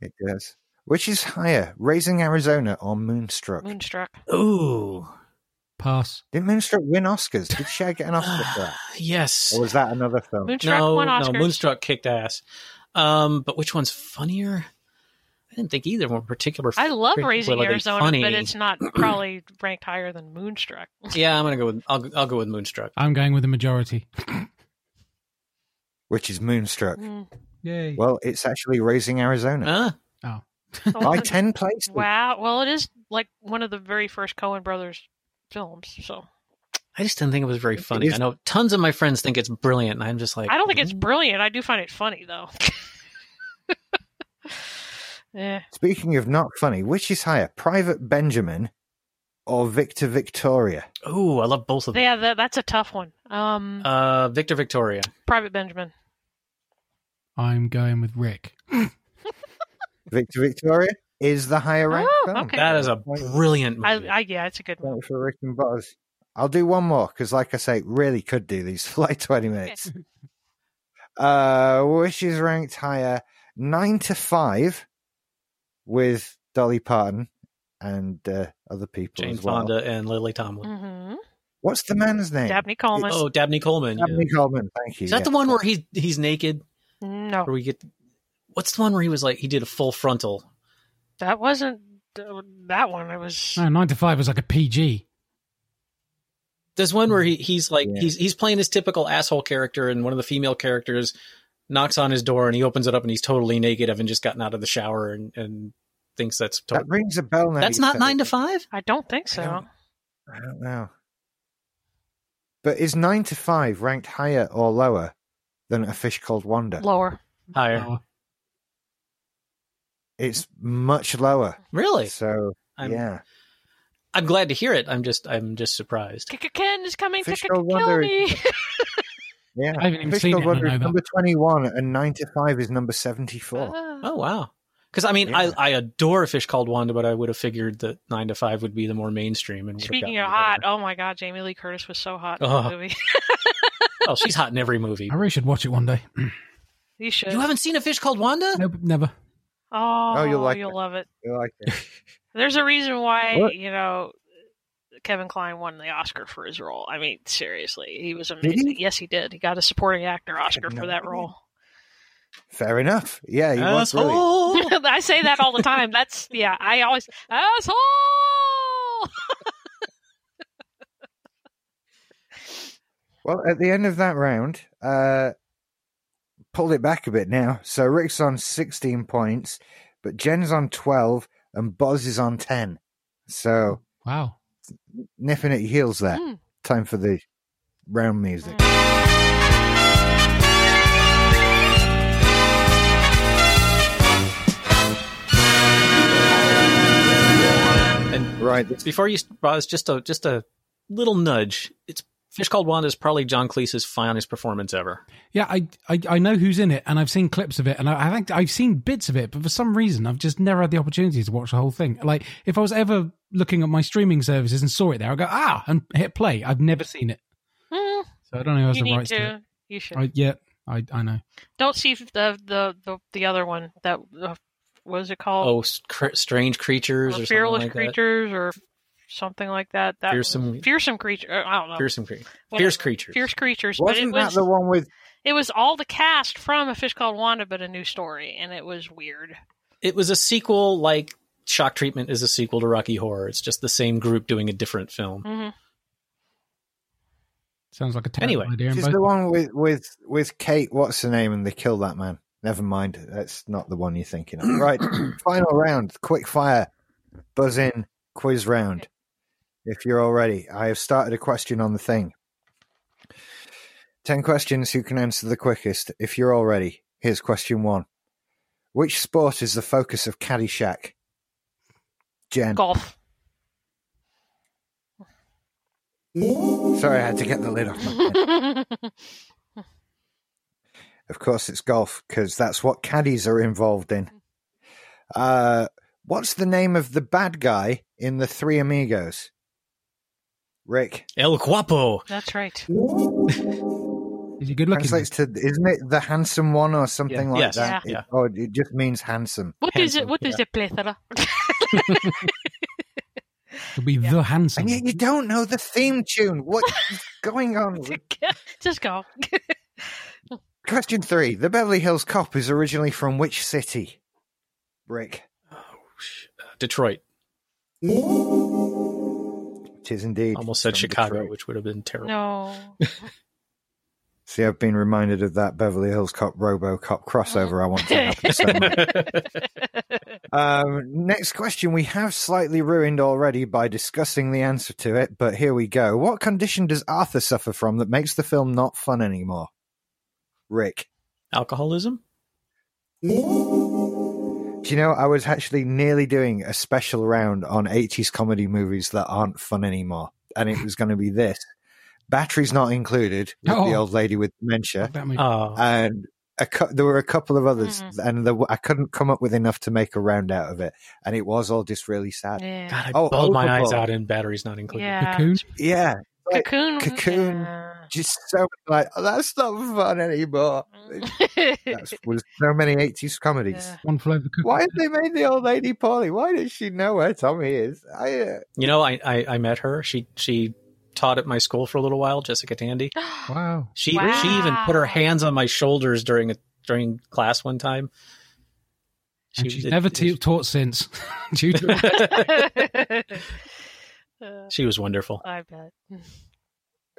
Speaker 1: It does. Which is higher, Raising Arizona or Moonstruck?
Speaker 2: Moonstruck.
Speaker 3: Ooh.
Speaker 4: Pass.
Speaker 1: Did Moonstruck win Oscars? Did Cher get an Oscar for that?
Speaker 3: yes.
Speaker 1: Or was that another film?
Speaker 2: Moonstruck
Speaker 3: no,
Speaker 2: won
Speaker 3: no,
Speaker 2: Oscars.
Speaker 3: Moonstruck kicked ass. Um, but which one's funnier? I didn't think either one particular.
Speaker 2: I love Raising
Speaker 3: particularly
Speaker 2: Arizona,
Speaker 3: funny.
Speaker 2: but it's not probably ranked higher than Moonstruck.
Speaker 3: Yeah, I'm gonna go with I'll, I'll go with Moonstruck.
Speaker 4: I'm going with the majority.
Speaker 1: Which is Moonstruck.
Speaker 2: Mm.
Speaker 4: Yay.
Speaker 1: Well, it's actually Raising Arizona
Speaker 3: Huh?
Speaker 1: by 10 places.
Speaker 2: Wow. Well, it is like one of the very first Cohen brothers films. So
Speaker 3: I just didn't think it was very funny.
Speaker 1: is-
Speaker 3: I know tons of my friends think it's brilliant, and I'm just like, mm-hmm.
Speaker 2: I don't think it's brilliant. I do find it funny though. yeah.
Speaker 1: Speaking of not funny, which is higher, Private Benjamin or Victor Victoria?
Speaker 3: Oh, I love both of them.
Speaker 2: Yeah. That, that's a tough one. Um,
Speaker 3: Uh, Victor Victoria.
Speaker 2: Private Benjamin.
Speaker 4: I'm going with Rick.
Speaker 1: Victor Victoria is the higher ranked
Speaker 2: Oh,
Speaker 1: film.
Speaker 2: okay.
Speaker 3: That is a
Speaker 1: Point
Speaker 3: brilliant
Speaker 2: I,
Speaker 3: movie.
Speaker 2: I yeah, it's a good one.
Speaker 1: point for Rick and Buzz. I'll do one more because, like I say, really could do these for like 20 minutes. uh, which is ranked higher, 9 to 5 with Dolly Parton and uh, other people
Speaker 3: Jane
Speaker 1: as well.
Speaker 3: Fonda and Lily Tomlin.
Speaker 2: Mm-hmm.
Speaker 1: What's the man's name?
Speaker 2: Dabney Coleman.
Speaker 3: Oh, Dabney Coleman.
Speaker 1: Dabney Coleman, thank you.
Speaker 3: Is that
Speaker 1: yeah.
Speaker 3: the one where he's he's naked?
Speaker 2: No,
Speaker 3: Where we get? What's the one where he was like he did a full frontal?
Speaker 2: that wasn't uh, that one. It was
Speaker 4: No, nine to five was like a PG.
Speaker 3: There's one where he, he's like
Speaker 1: Yeah.
Speaker 3: he's he's playing his typical asshole character, and one of the female characters knocks on his door, and he opens it up, and he's totally naked, having just gotten out of the shower, and, and thinks that's to-
Speaker 1: That rings a bell now.
Speaker 3: that's
Speaker 1: you
Speaker 3: not
Speaker 1: said
Speaker 3: nine
Speaker 1: it.
Speaker 3: to five.
Speaker 2: I don't think so.
Speaker 1: I don't- I don't know. But is nine to five ranked higher or lower than a fish called Wanda?
Speaker 2: Lower.
Speaker 3: Higher,
Speaker 4: Oh,
Speaker 1: It's much lower.
Speaker 3: really?
Speaker 1: So
Speaker 3: I'm,
Speaker 1: yeah,
Speaker 3: I'm glad to hear it. I'm just I'm just surprised.
Speaker 2: Kick Ken is coming to
Speaker 1: Official
Speaker 2: kill
Speaker 1: wonder-
Speaker 2: me.
Speaker 1: yeah.
Speaker 4: I haven't even
Speaker 1: Fish
Speaker 4: seen
Speaker 1: called
Speaker 4: it, I
Speaker 1: Wanda
Speaker 4: know
Speaker 1: is
Speaker 4: that.
Speaker 1: number twenty-one, and nine to five is number seventy-four.
Speaker 2: Ah.
Speaker 3: Oh wow. Because I mean,
Speaker 1: Yeah.
Speaker 3: I, I adore a fish called Wanda, but I would have figured that nine to five would be the more mainstream. And would have
Speaker 2: Speaking
Speaker 3: gotten
Speaker 2: of
Speaker 3: me
Speaker 2: hot,
Speaker 3: there.
Speaker 2: oh my god, Jamie Lee Curtis was so hot in
Speaker 3: Oh.
Speaker 2: the movie.
Speaker 3: oh, she's hot in every movie.
Speaker 4: I really should watch it one day.
Speaker 2: you should.
Speaker 3: You haven't seen a fish called Wanda?
Speaker 4: nope, never.
Speaker 2: oh,
Speaker 1: you'll like
Speaker 2: you'll
Speaker 1: it.
Speaker 2: love it.
Speaker 1: You like it?
Speaker 2: There's a reason why
Speaker 1: What?
Speaker 2: you know Kevin Klein won the Oscar for his role. I mean, seriously, he was
Speaker 1: he?
Speaker 2: amazing. Yes, he did. He got a supporting actor Oscar
Speaker 1: no
Speaker 2: for that
Speaker 1: idea.
Speaker 2: role.
Speaker 1: Fair enough. Yeah,
Speaker 3: Uh,
Speaker 1: he was brilliant.
Speaker 3: Asshole!
Speaker 2: I say that all the time. That's yeah. I always asshole.
Speaker 1: Well, at the end of that round, uh, pulled it back a bit now. So Rick's on 16 points, but Jen's on 12, and Boz is on 10. So
Speaker 4: Wow.
Speaker 1: nipping at your heels there.
Speaker 2: Hmm.
Speaker 1: Time for the round music.
Speaker 2: Mm.
Speaker 3: And
Speaker 1: Right. this-
Speaker 3: before you, Boz, just a just a little nudge. It's Fish Called Wanda is probably John Cleese's finest performance ever.
Speaker 4: Yeah, I, I I know who's in it, and I've seen clips of it, and I, I think I've seen bits of it, but for some reason, I've just never had the opportunity to watch the whole thing. Like, if I was ever looking at my streaming services and saw it there, I go ah and hit play. I've never seen it,
Speaker 2: Hmm,
Speaker 4: so I don't know who has
Speaker 2: you
Speaker 4: the
Speaker 2: need
Speaker 4: rights to. it.
Speaker 2: to. You should.
Speaker 4: I, yeah, I I know.
Speaker 2: Don't see the the the, the other one that uh, what is it called? Uh,
Speaker 3: Oh, s- cr- strange creatures Oh, or
Speaker 2: fearless
Speaker 3: something like
Speaker 2: creatures or something like that. That
Speaker 3: Fearsome-
Speaker 2: was, fearsome creature. uh, I don't know.
Speaker 3: that. Fearsome creatures.
Speaker 2: Whatever.
Speaker 3: Fierce creatures.
Speaker 2: Fierce creatures. but
Speaker 1: Wasn't
Speaker 2: it was
Speaker 1: that the one with.
Speaker 2: it was all the cast from A Fish Called Wanda, but a new story, and it was weird.
Speaker 3: It was a sequel, like Shock Treatment is a sequel to Rocky Horror. It's just the same group doing a different film.
Speaker 2: hmm
Speaker 4: Sounds like a terrible
Speaker 3: Anyway,
Speaker 4: anyway, idea. in
Speaker 1: Is
Speaker 4: both-
Speaker 1: the one with, with, with Kate, what's her name, and they kill that man? Never mind. That's not the one you're thinking of. Right. Final round. Quick fire. Buzz in. Quiz round. If you're all ready, I have started a question on the thing. 10 questions who can answer the quickest. If you're all ready, here's question one Which sport is the focus of Caddyshack? Jen.
Speaker 2: Golf.
Speaker 1: Sorry, I had to get the lid off my pen. Of course, it's golf because that's what caddies are involved in. Uh, what's the name of the bad guy in the Three Amigos? Rick
Speaker 3: El Guapo.
Speaker 2: That's right.
Speaker 4: Is he good looking?
Speaker 1: translates to isn't it the handsome one or something
Speaker 3: Yeah.
Speaker 1: like
Speaker 3: Yes.
Speaker 1: that?
Speaker 3: Yeah.
Speaker 1: It, or it just means handsome.
Speaker 2: What is it?
Speaker 3: Handsome,
Speaker 2: What is a plethora?
Speaker 4: He'll be the handsome.
Speaker 1: And yet you don't know the theme tune. What is going on?
Speaker 2: Just go.
Speaker 1: Question three: The Beverly Hills Cop is originally from which city? Rick.
Speaker 3: Detroit.
Speaker 1: It is indeed.
Speaker 3: Almost said
Speaker 1: from
Speaker 3: Chicago,
Speaker 1: Detroit.
Speaker 3: which would have been terrible.
Speaker 2: No.
Speaker 1: See, I've been reminded of that Beverly Hills Cop RoboCop crossover I want to happen so much. Um, next question we have slightly ruined already by discussing the answer to it, but here we go. What condition does Arthur suffer from that makes the film not fun anymore? Rick.
Speaker 3: Alcoholism?
Speaker 1: Do you know, I was actually nearly doing a special round on 80s comedy movies that aren't fun anymore, and it was going to be this. Batteries not included with the
Speaker 4: Oh.
Speaker 1: old lady with dementia,
Speaker 4: Fuck that movie.
Speaker 3: Oh.
Speaker 1: and a cou- there were a couple of others, and there, w- I couldn't come up with enough to make a round out of it, and it was all just really sad.
Speaker 2: Yeah.
Speaker 3: God, I
Speaker 1: Oh,
Speaker 3: bawled my eyes
Speaker 1: Overboard.
Speaker 3: out in batteries not included.
Speaker 2: Yeah.
Speaker 4: Cocoon?
Speaker 1: Yeah, Like,
Speaker 2: Cocoon.
Speaker 1: Cocoon.
Speaker 2: Yeah.
Speaker 1: just so like "Oh, that's not fun anymore. That was so many eighties comedies.
Speaker 2: Yeah.
Speaker 4: One flew over the cuckoo.
Speaker 1: Why have they made the old lady poorly? Why does she know where Tommy is? I, uh,
Speaker 3: You know, I, I, I met her. She she taught at my school for a little while, Jessica Tandy.
Speaker 4: Wow.
Speaker 3: She she even put her
Speaker 2: Wow.
Speaker 3: hands on my shoulders during a during class one time.
Speaker 4: and she's
Speaker 3: it-
Speaker 4: never
Speaker 3: it-
Speaker 4: te- taught since. Due to-
Speaker 2: Uh,
Speaker 3: she was wonderful.
Speaker 2: I bet.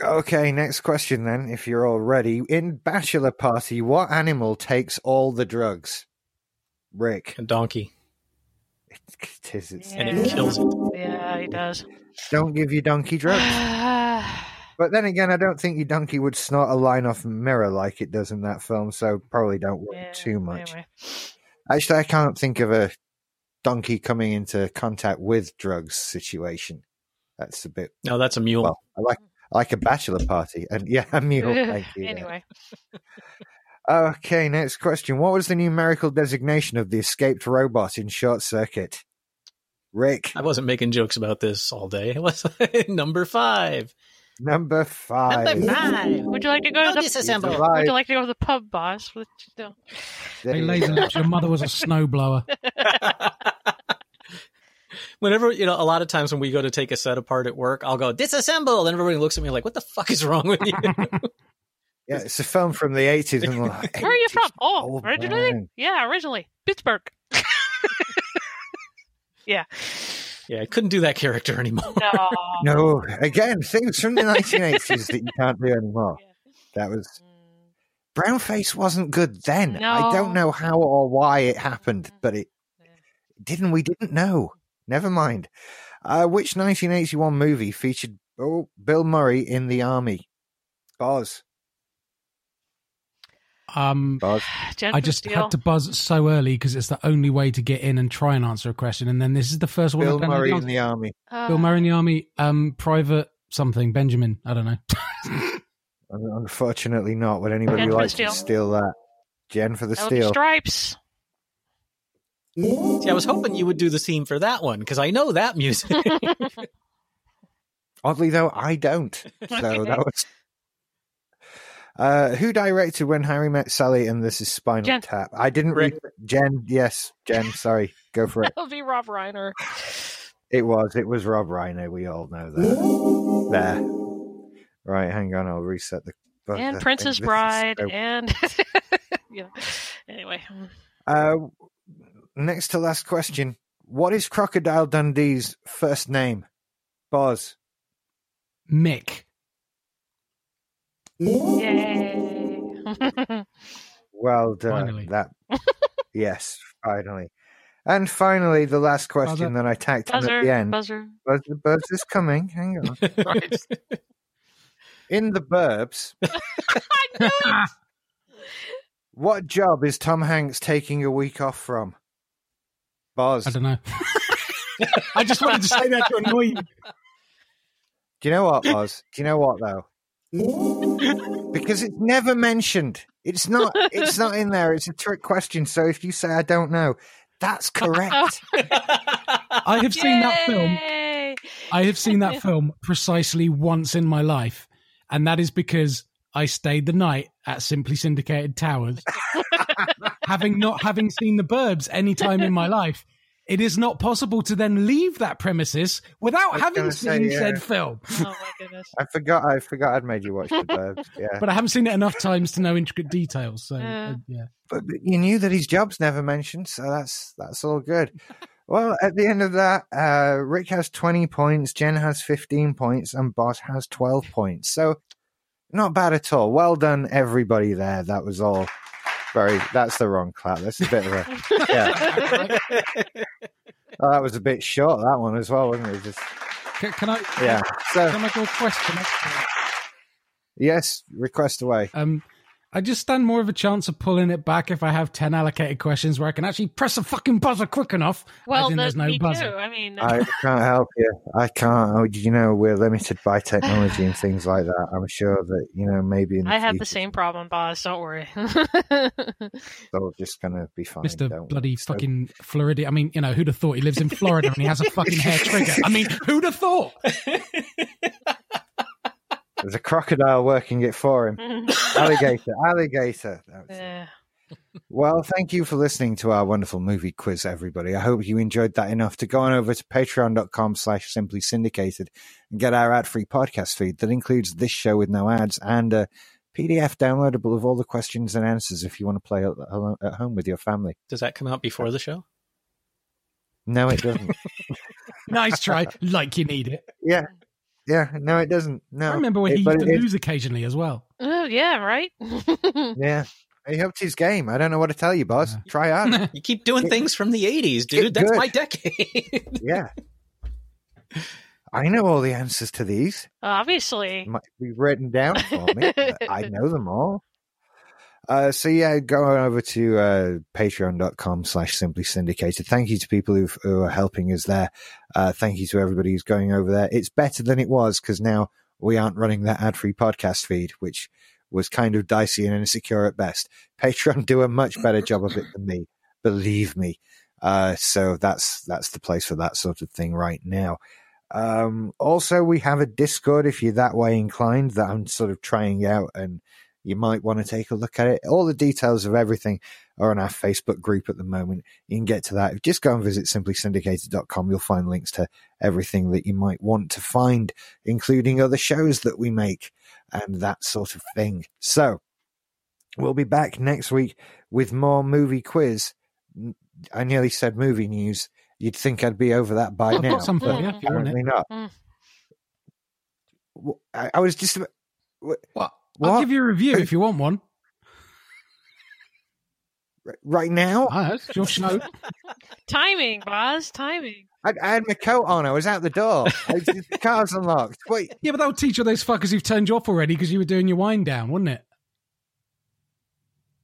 Speaker 1: okay, next question then. If you're all ready, in Bachelor Party, what animal takes all the drugs? Rick,
Speaker 3: A donkey,
Speaker 1: it is. It's,
Speaker 3: and
Speaker 2: Yeah.
Speaker 3: it kills it.
Speaker 2: Yeah, he does.
Speaker 1: Don't give your donkey drugs. But then again, I don't think your donkey would snort a line off a mirror like it does in that film, so probably don't worry
Speaker 2: Yeah,
Speaker 1: too much.
Speaker 2: anyway.
Speaker 1: Actually, I can't think of a donkey coming into contact with drugs situation. That's a bit
Speaker 3: No, that's a mule.
Speaker 1: well. I like I like a bachelor party, and yeah, a mule. Thank you. yeah.
Speaker 2: anyway.
Speaker 1: Okay, next question. What was the numerical designation of the escaped robot in Short Circuit? Rick,
Speaker 3: I wasn't making jokes about this all day. It was number five.
Speaker 1: number five.
Speaker 2: Ah,
Speaker 3: five.
Speaker 2: Would you like to go to the
Speaker 1: He's alive.
Speaker 2: Would you like to go to the pub, boss? Would you- no.
Speaker 1: There
Speaker 4: hey,
Speaker 1: you
Speaker 4: laser
Speaker 1: go.
Speaker 4: lips, your mother was a snowblower.
Speaker 3: whenever you know, a lot of times when we go to take a set apart at work, I'll go disassemble, and everybody looks at me like, "What the fuck is wrong with you?"
Speaker 1: Yeah, it's a film from the 80s. And we're like,
Speaker 2: Where are you
Speaker 1: 80s?
Speaker 2: from? Oh,
Speaker 1: old
Speaker 2: originally?
Speaker 1: man.
Speaker 2: Yeah, originally. Pittsburgh. yeah.
Speaker 3: yeah, I couldn't do that character anymore.
Speaker 2: No.
Speaker 1: No, again, things from the 1980s that you can't do anymore.
Speaker 2: Yeah.
Speaker 1: That was brownface wasn't good then.
Speaker 2: No.
Speaker 1: I don't know how or why it happened, but it didn't. We didn't know. Never mind. Uh, which 1981 movie featured oh, Bill Murray in the army? Boz.
Speaker 4: Um,
Speaker 1: Boz.
Speaker 2: Jen
Speaker 4: I just had to buzz so early because it's the only way to get in and try and answer a question. And then this is the first one.
Speaker 1: Bill
Speaker 4: I've done
Speaker 1: Murray
Speaker 4: wrong.
Speaker 1: in the army.
Speaker 2: Uh,
Speaker 4: Bill Murray in the army. Um, Private something Benjamin. I don't know.
Speaker 1: Un- Unfortunately, not. Would anybody
Speaker 2: Jen for the
Speaker 1: like
Speaker 2: steal.
Speaker 1: to steal that? Jen for the steal.
Speaker 2: Stripes.
Speaker 3: See, I was hoping you would do the theme for that one because I know that music.
Speaker 1: Oddly though, I don't. So that was. Uh, who directed When Harry Met Sally and This Is Spinal
Speaker 2: Jen.
Speaker 1: Tap? I didn't read. Jen, yes, Jen. Sorry, go for it.
Speaker 2: That would be Rob Reiner.
Speaker 1: It was. It was Rob Reiner. We all know that. There. Right, hang on. I'll reset the. but
Speaker 2: and
Speaker 1: the
Speaker 2: Princess
Speaker 1: thing- this is
Speaker 2: Bride.
Speaker 1: so-
Speaker 2: And, yeah. Anyway.
Speaker 1: Uh, next to last question. What is Crocodile Dundee's first name? Boz.
Speaker 4: Mick.
Speaker 2: Yay.
Speaker 1: Well done.
Speaker 4: Finally.
Speaker 1: That. yes, finally. And finally, the last question
Speaker 4: Buzzer.
Speaker 1: that I tacked on at the
Speaker 2: buzzer.
Speaker 1: end.
Speaker 2: Buzzer.
Speaker 1: Buzz, the Burbs is coming. Hang on. In the Burbs, what job is Tom Hanks taking a week off from? Boz.
Speaker 4: I
Speaker 1: Do
Speaker 4: don't know. I just wanted to say that to annoy you.
Speaker 1: you know what, Boz? Do you know what though? Because it's never mentioned. It's not. It's not in there. It's a trick question. So if you say I don't know, that's correct.
Speaker 4: I have seen that film.
Speaker 2: Yay.
Speaker 4: I have seen that film precisely once in my life, and that is because I stayed the night at Simply Syndicated Towers, having not having seen the Burbs any time in my life. It is not possible to then leave that premises
Speaker 1: I
Speaker 4: without
Speaker 1: was
Speaker 4: having
Speaker 1: gonna say,
Speaker 4: seen
Speaker 1: yeah.
Speaker 4: said film.
Speaker 2: Oh, my goodness.
Speaker 1: I forgot. I forgot. I'd made you watch the Burbs. Yeah,
Speaker 4: But I haven't seen it enough times to know intricate details. So
Speaker 2: Yeah.
Speaker 4: uh, yeah,
Speaker 1: but, but you knew that his job's never mentioned, so that's that's all good. Well, at the end of that, uh, Rick has twenty points, Jen has fifteen points, and Boss has twelve points. So not bad at all. Well done, everybody there. That was all very. That's the wrong clap. That's a bit of a. Yeah. Oh, that was a bit short. That one as well, wasn't it? Just,
Speaker 4: can, can I?
Speaker 1: yeah. So
Speaker 4: Can I go question? actually?
Speaker 1: yes, request away.
Speaker 4: Um, I just stand more of a chance of pulling it back if I have ten allocated questions where I can actually press a fucking buzzer quick enough.
Speaker 2: Well,
Speaker 4: as in
Speaker 2: the,
Speaker 4: there's no
Speaker 2: me
Speaker 4: buzzer.
Speaker 2: too. I mean,
Speaker 1: I can't help you. I can't. Oh, you know, we're limited by technology and things like that. I'm sure that you know maybe. In the
Speaker 2: I have
Speaker 1: future,
Speaker 2: the same problem, boss. Don't worry.
Speaker 1: it's all just gonna be fine.
Speaker 4: Mr.
Speaker 1: don't
Speaker 4: Bloody
Speaker 1: worry. So-
Speaker 4: fucking Florida. I mean, you know, who'd have thought he lives in Florida and he has a fucking hair trigger? I mean, who'd have thought?
Speaker 1: There's a crocodile working it for him. Alligator, alligator. That's it.
Speaker 2: yeah.
Speaker 1: Well, thank you for listening to our wonderful movie quiz, everybody. I hope you enjoyed that enough to go on over to patreon.com slash simply syndicated and get our ad-free podcast feed that includes this show with no ads and a PDF downloadable of all the questions and answers if you want to play al- al- at home with your family.
Speaker 3: Does that come out before the show?
Speaker 1: No, it doesn't.
Speaker 4: Nice try, like you need it.
Speaker 1: yeah. Yeah. No, it doesn't. No.
Speaker 4: I remember when
Speaker 1: It-
Speaker 4: he
Speaker 1: but
Speaker 4: used to
Speaker 1: it-
Speaker 4: lose occasionally as well.
Speaker 2: Oh, yeah, right?
Speaker 1: Yeah. He upped his game. I don't know what to tell you, boss.
Speaker 4: Yeah.
Speaker 1: Try hard.
Speaker 3: You keep doing things from the '80s,
Speaker 1: Get
Speaker 3: dude. That's
Speaker 1: good.
Speaker 3: my decade.
Speaker 1: Yeah. I know all the answers to these.
Speaker 2: Obviously.
Speaker 1: Might be written down for me. but I know them all. Uh, so yeah, go on over to uh, patreon.com slash simply syndicated. Thank you to people who've, who are helping us there. Uh, thank you to everybody who's going over there. It's better than it was because now we aren't running that ad free podcast feed, which was kind of dicey and insecure at best. Patreon do a much better job of it than me. Believe me. Uh, so that's, that's the place for that sort of thing right now. Um, also, we have a Discord if you're that way inclined that I'm sort of trying out and you might want to take a look at it. All the details of everything are on our Facebook group at the moment. You can get to that. Just go and visit simplysyndicated.com. You'll find links to everything that you might want to find, including other shows that we make and that sort of thing. So we'll be back next week with more movie quiz. I nearly said movie news. You'd think I'd be over that by
Speaker 4: I've
Speaker 1: now.
Speaker 4: got some for
Speaker 1: but-
Speaker 4: you if you want it.
Speaker 1: Apparently not.
Speaker 2: Mm.
Speaker 1: W- I, I was just. about- w-
Speaker 3: What?
Speaker 4: I'll
Speaker 1: What?
Speaker 4: give you a review if you want one.
Speaker 1: R- right now?
Speaker 4: Ah, that's your show.
Speaker 2: Timing, Boz. Timing.
Speaker 1: I, I had my coat on. I was out the door. I, the car's unlocked. Wait,
Speaker 4: Yeah, but that'll teach all those fuckers who've turned you off already because you were doing your wind down, wouldn't it?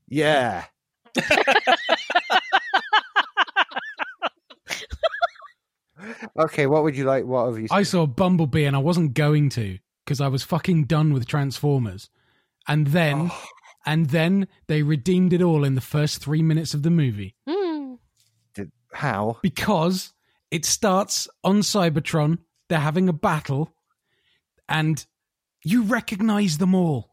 Speaker 1: yeah. okay, what would you like? What have you?
Speaker 4: I saw Bumblebee and I wasn't going to because I was fucking done with Transformers. And then,
Speaker 1: Oh,
Speaker 4: and then they redeemed it all in the first three minutes of the movie
Speaker 2: Mm.
Speaker 1: how?
Speaker 4: because it starts on Cybertron. They're having a battle and you recognize them all.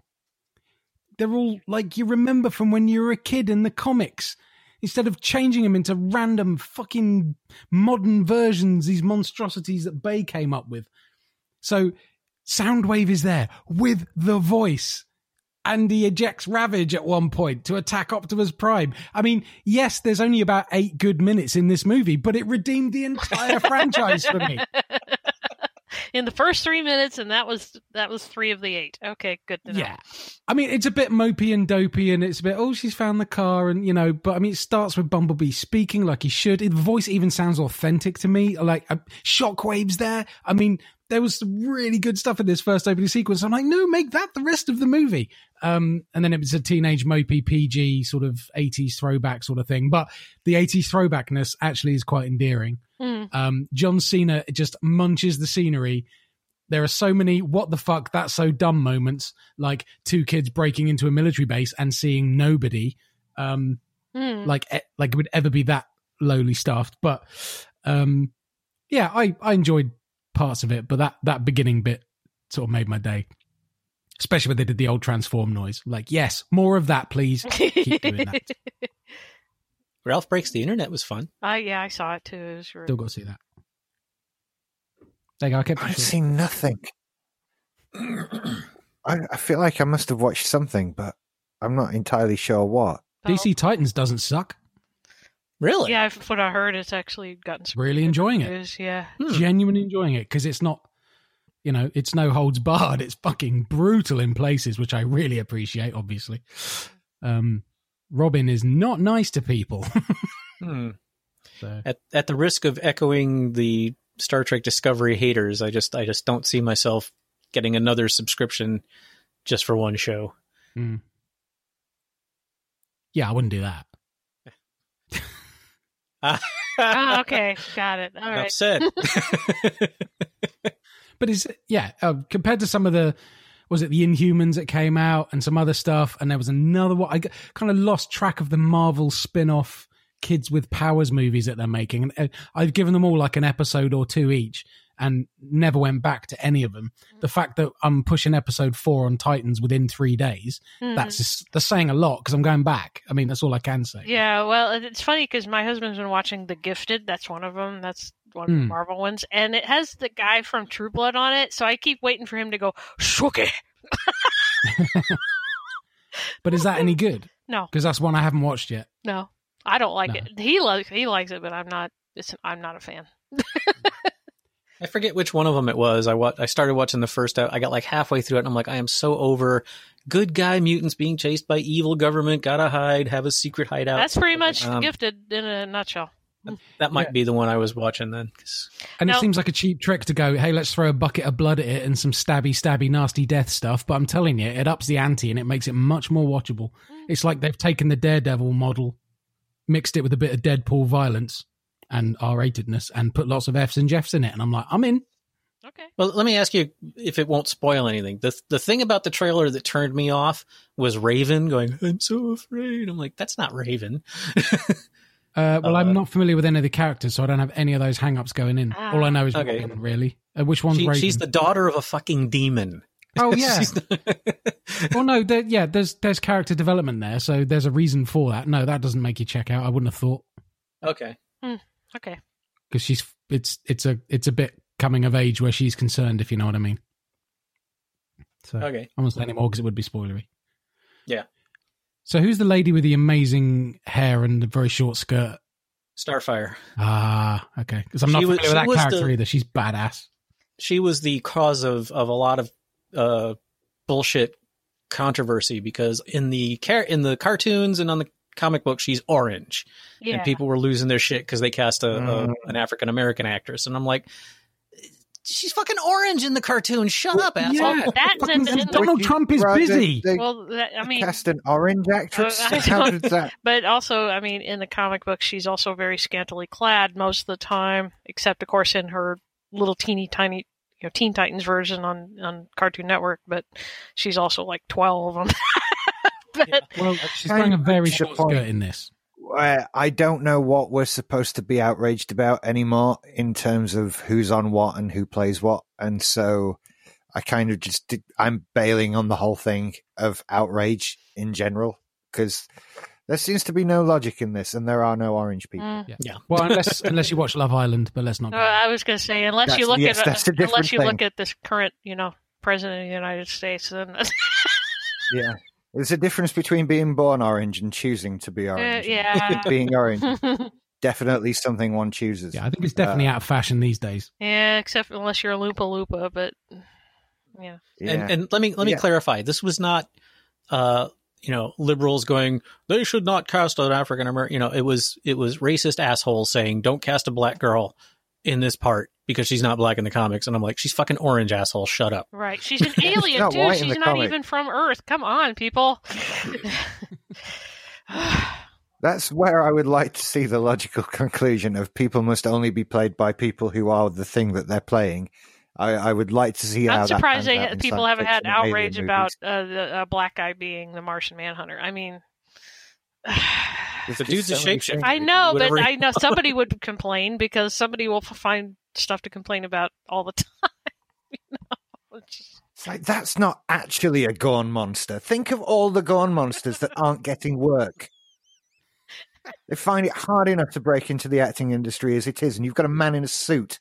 Speaker 4: They're all like you remember from when you were a kid in the comics. Instead of changing them into random fucking modern versions, these monstrosities that Bay came up with. So Soundwave is there with the voice. And he ejects Ravage at one point to attack Optimus Prime. I mean, yes, there's only about eight good minutes in this movie, but it redeemed the entire franchise for me.
Speaker 2: In the first three minutes, and that was that was three of the eight. Okay, good to know.
Speaker 4: Yeah. I mean, it's a bit mopey and dopey, and it's a bit, oh, she's found the car, and, you know, but I mean, it starts with Bumblebee speaking like he should. The voice even sounds authentic to me. Like, uh, shockwaves there. I mean, there was some really good stuff in this first opening sequence. I'm like, no, make that the rest of the movie. Um, and then it was a teenage mopey PG sort of 80s throwback sort of thing. But the 80s throwbackness actually is quite endearing.
Speaker 2: Mm.
Speaker 4: Um, John Cena just munches the scenery. There are so many what the fuck that's so dumb moments, like two kids breaking into a military base and seeing nobody, um,
Speaker 2: Mm.
Speaker 4: like e- like it would ever be that lowly staffed. But um, yeah, I I enjoyed parts of it, but that that beginning bit sort of made my day. Especially when they did the old transform noise. Like, yes, more of that, please. Keep doing that.
Speaker 3: Ralph breaks the internet was fun.
Speaker 2: I yeah, I saw it too. It was
Speaker 4: Still got to see that. There you go. I kept it
Speaker 1: I've
Speaker 4: short.
Speaker 1: seen nothing. I, I feel like I must have watched something, but I'm not entirely sure what.
Speaker 2: Oh.
Speaker 4: DC Titans doesn't suck.
Speaker 3: Really?
Speaker 2: Yeah, from what I heard, it's actually gotten some
Speaker 4: Really enjoying it.
Speaker 2: news. Yeah.
Speaker 3: Hmm.
Speaker 4: Genuinely enjoying it because it's not, you know, it's no holds barred. It's fucking brutal in places, which I really appreciate, obviously. Um, Robin is not nice to people.
Speaker 3: Hmm.
Speaker 4: so.
Speaker 3: At at the risk of echoing the Star Trek Discovery haters, I just I just don't see myself getting another subscription just for one show.
Speaker 4: Yeah, I wouldn't do that.
Speaker 2: Oh, okay, got it. All right.
Speaker 3: Upset.
Speaker 4: But it's, yeah, uh, compared to some of the, was it the Inhumans that came out and some other stuff? And there was another one. I kind of lost track of the Marvel spin off kids with powers movies that they're making. And uh, I've given them all like an episode or two each and never went back to any of them.
Speaker 2: Mm.
Speaker 4: The fact that I'm pushing episode four on Titans within three days,
Speaker 2: Mhm.
Speaker 4: that's just, that's saying a lot because I'm going back. I mean, that's all I can say.
Speaker 2: Yeah, well, it- it's funny because my husband's been watching The Gifted. That's one of them. That's one of the
Speaker 4: Hmm.
Speaker 2: Marvel ones, and it has the guy from True Blood on it. So I keep waiting for him to go Shooky.
Speaker 4: But is that any good?
Speaker 2: No.
Speaker 4: Because that's one I haven't watched yet.
Speaker 2: No, I don't like
Speaker 4: No.
Speaker 2: it. He likes he likes it, but I'm not. It's, I'm not a fan.
Speaker 3: I forget which one of them it was. I wa- I started watching the first. I I got like halfway through it, and I'm like, I am so over good guy mutants being chased by evil government. Gotta hide. Have a secret hideout.
Speaker 2: That's pretty much
Speaker 3: Um,
Speaker 2: Gifted in a nutshell.
Speaker 3: that might
Speaker 4: yeah.
Speaker 3: be the one I was watching then. 'cause-
Speaker 4: And
Speaker 2: Now-
Speaker 4: it seems like a cheap trick to go, hey, let's throw a bucket of blood at it and some stabby, stabby, nasty death stuff. But I'm telling you, it ups the ante and it makes it much more watchable. It's like they've taken the Daredevil model, mixed it with a bit of Deadpool violence and R ratedness, and put lots of F's and Jeffs in it. And I'm like, I'm in.
Speaker 2: Mm, Okay.
Speaker 3: Well, let me ask you if it won't spoil anything. The the thing about the trailer that turned me off was Raven going, "I'm so afraid." I'm like, that's not Raven.
Speaker 4: Uh, well,
Speaker 3: Uh,
Speaker 4: I'm not familiar with any of the characters, so I don't have any of those hang ups going in.
Speaker 2: Ah.
Speaker 4: All I know is
Speaker 3: Okay.
Speaker 4: Robin, really. Uh, which one's
Speaker 3: She-
Speaker 4: Raven?
Speaker 3: she's the daughter of a fucking demon.
Speaker 4: Oh, yeah.
Speaker 3: She's-
Speaker 4: well, no, there, yeah, there's there's character development there, so there's a reason for that. No, that doesn't make you check out. I wouldn't have thought
Speaker 3: okay.
Speaker 2: Okay.
Speaker 4: because she's it's it's a it's a bit coming of age where she's concerned, if you know what I mean. So
Speaker 3: Okay.
Speaker 4: I won't say any more because it would be spoilery.
Speaker 3: Yeah.
Speaker 4: So who's the lady with the amazing hair and the very short skirt?
Speaker 3: Starfire.
Speaker 4: Ah, okay. Because I'm not
Speaker 3: She was-
Speaker 4: familiar with
Speaker 3: she
Speaker 4: that
Speaker 3: was
Speaker 4: character
Speaker 3: the-
Speaker 4: either. She's badass.
Speaker 3: She was the cause of of a lot of uh bullshit controversy because in the car- in the cartoons and on the comic book she's orange
Speaker 2: Yeah.
Speaker 3: and people were losing their shit because they cast a,
Speaker 1: Mm.
Speaker 3: a an African American actress and I'm like she's fucking orange in the cartoon shut up asshole
Speaker 4: yeah.
Speaker 2: that's in, in the,
Speaker 4: Donald Trump is
Speaker 1: Right, they-
Speaker 4: busy.
Speaker 1: They,
Speaker 2: well, that, I mean,
Speaker 1: cast an orange actress.
Speaker 2: Uh, I
Speaker 1: How
Speaker 2: don't-
Speaker 1: did that?
Speaker 2: but also, I mean, in the comic book, she's also very scantily clad most of the time, except of course in her little teeny tiny, you know, Teen Titans version on on Cartoon Network. But she's also like twelve. on- but
Speaker 4: Well, she's
Speaker 1: I
Speaker 4: wearing a very
Speaker 1: reached a
Speaker 4: short
Speaker 1: point.
Speaker 4: skirt in this.
Speaker 1: Uh, I don't know what we're supposed to be outraged about anymore in terms of who's on what and who plays what, and so I kind of just did, I'm bailing on the whole thing of outrage in general because there seems to be no logic in this, and there are no orange people.
Speaker 2: Mm.
Speaker 3: Yeah.
Speaker 4: Well, unless unless you watch Love Island, but let's not.
Speaker 2: Uh, I was going to say, unless
Speaker 1: That's-
Speaker 2: you look
Speaker 1: yes,
Speaker 2: at uh,
Speaker 1: that's a different
Speaker 2: unless you look
Speaker 1: thing.
Speaker 2: at this current, you know, president of the United States, then
Speaker 1: Yeah, there's a difference between being born orange and choosing to be orange.
Speaker 2: Uh, yeah.
Speaker 1: being orange definitely something one chooses.
Speaker 4: yeah, I think it's definitely
Speaker 3: uh,
Speaker 4: out of fashion these days.
Speaker 2: yeah, except unless you're a Loompa Loompa, but yeah,
Speaker 1: Uh, Yeah.
Speaker 3: and and let me let me
Speaker 1: Yeah.
Speaker 3: clarify this was not uh you know liberals going they should not cast an african american you know it was it was racist assholes saying don't cast a black girl in this part because she's not black in the comics and i'm like she's fucking orange asshole shut up
Speaker 2: right. She's an alien
Speaker 1: not
Speaker 2: too.
Speaker 1: white in
Speaker 2: She's
Speaker 1: the
Speaker 2: not
Speaker 1: comic.
Speaker 2: even from Earth. Come on, people.
Speaker 1: That's where I would like to see the logical conclusion of people must only be played by people who are the thing that they're playing. I, I would like to see. how
Speaker 2: I'm
Speaker 1: that pans
Speaker 2: surprised they,
Speaker 1: out in
Speaker 2: people
Speaker 1: science
Speaker 2: haven't had
Speaker 1: fiction and alien
Speaker 2: outrage
Speaker 1: movies.
Speaker 2: about uh, the a black guy being the Martian Manhunter. I mean.
Speaker 1: There's
Speaker 3: The
Speaker 1: just
Speaker 3: dude's a
Speaker 1: so many
Speaker 3: shapeshifter.
Speaker 1: things.
Speaker 2: I know, but
Speaker 3: whatever-
Speaker 2: I know somebody would complain because somebody will f- find stuff to complain about all the time. you know? It's just-
Speaker 1: It's like that's not actually a Gorn monster. Think of all the Gorn monsters that aren't getting work. They find it hard enough to break into the acting industry as it is, and you've got a man in a suit.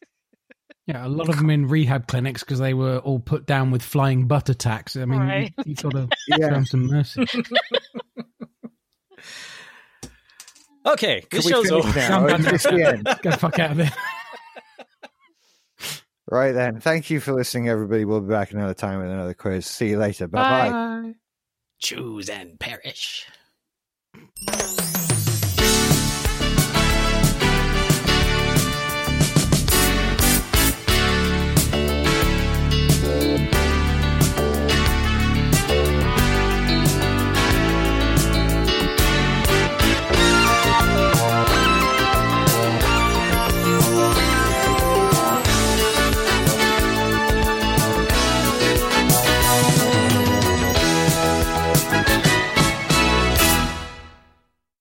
Speaker 4: Yeah, a lot of them in rehab clinics because they were all put down with flying butt attacks. I mean,
Speaker 2: Right.
Speaker 4: you, you sort of show
Speaker 1: Yeah,
Speaker 4: 'em some mercy.
Speaker 3: okay
Speaker 1: Can
Speaker 3: this
Speaker 1: we
Speaker 3: show's
Speaker 1: finish now?
Speaker 3: over
Speaker 1: Is this the end?
Speaker 4: Go fuck out of there.
Speaker 1: Right then. Thank you for listening, everybody. We'll be back another time with another quiz. See you later. Bye bye.
Speaker 3: choose and perish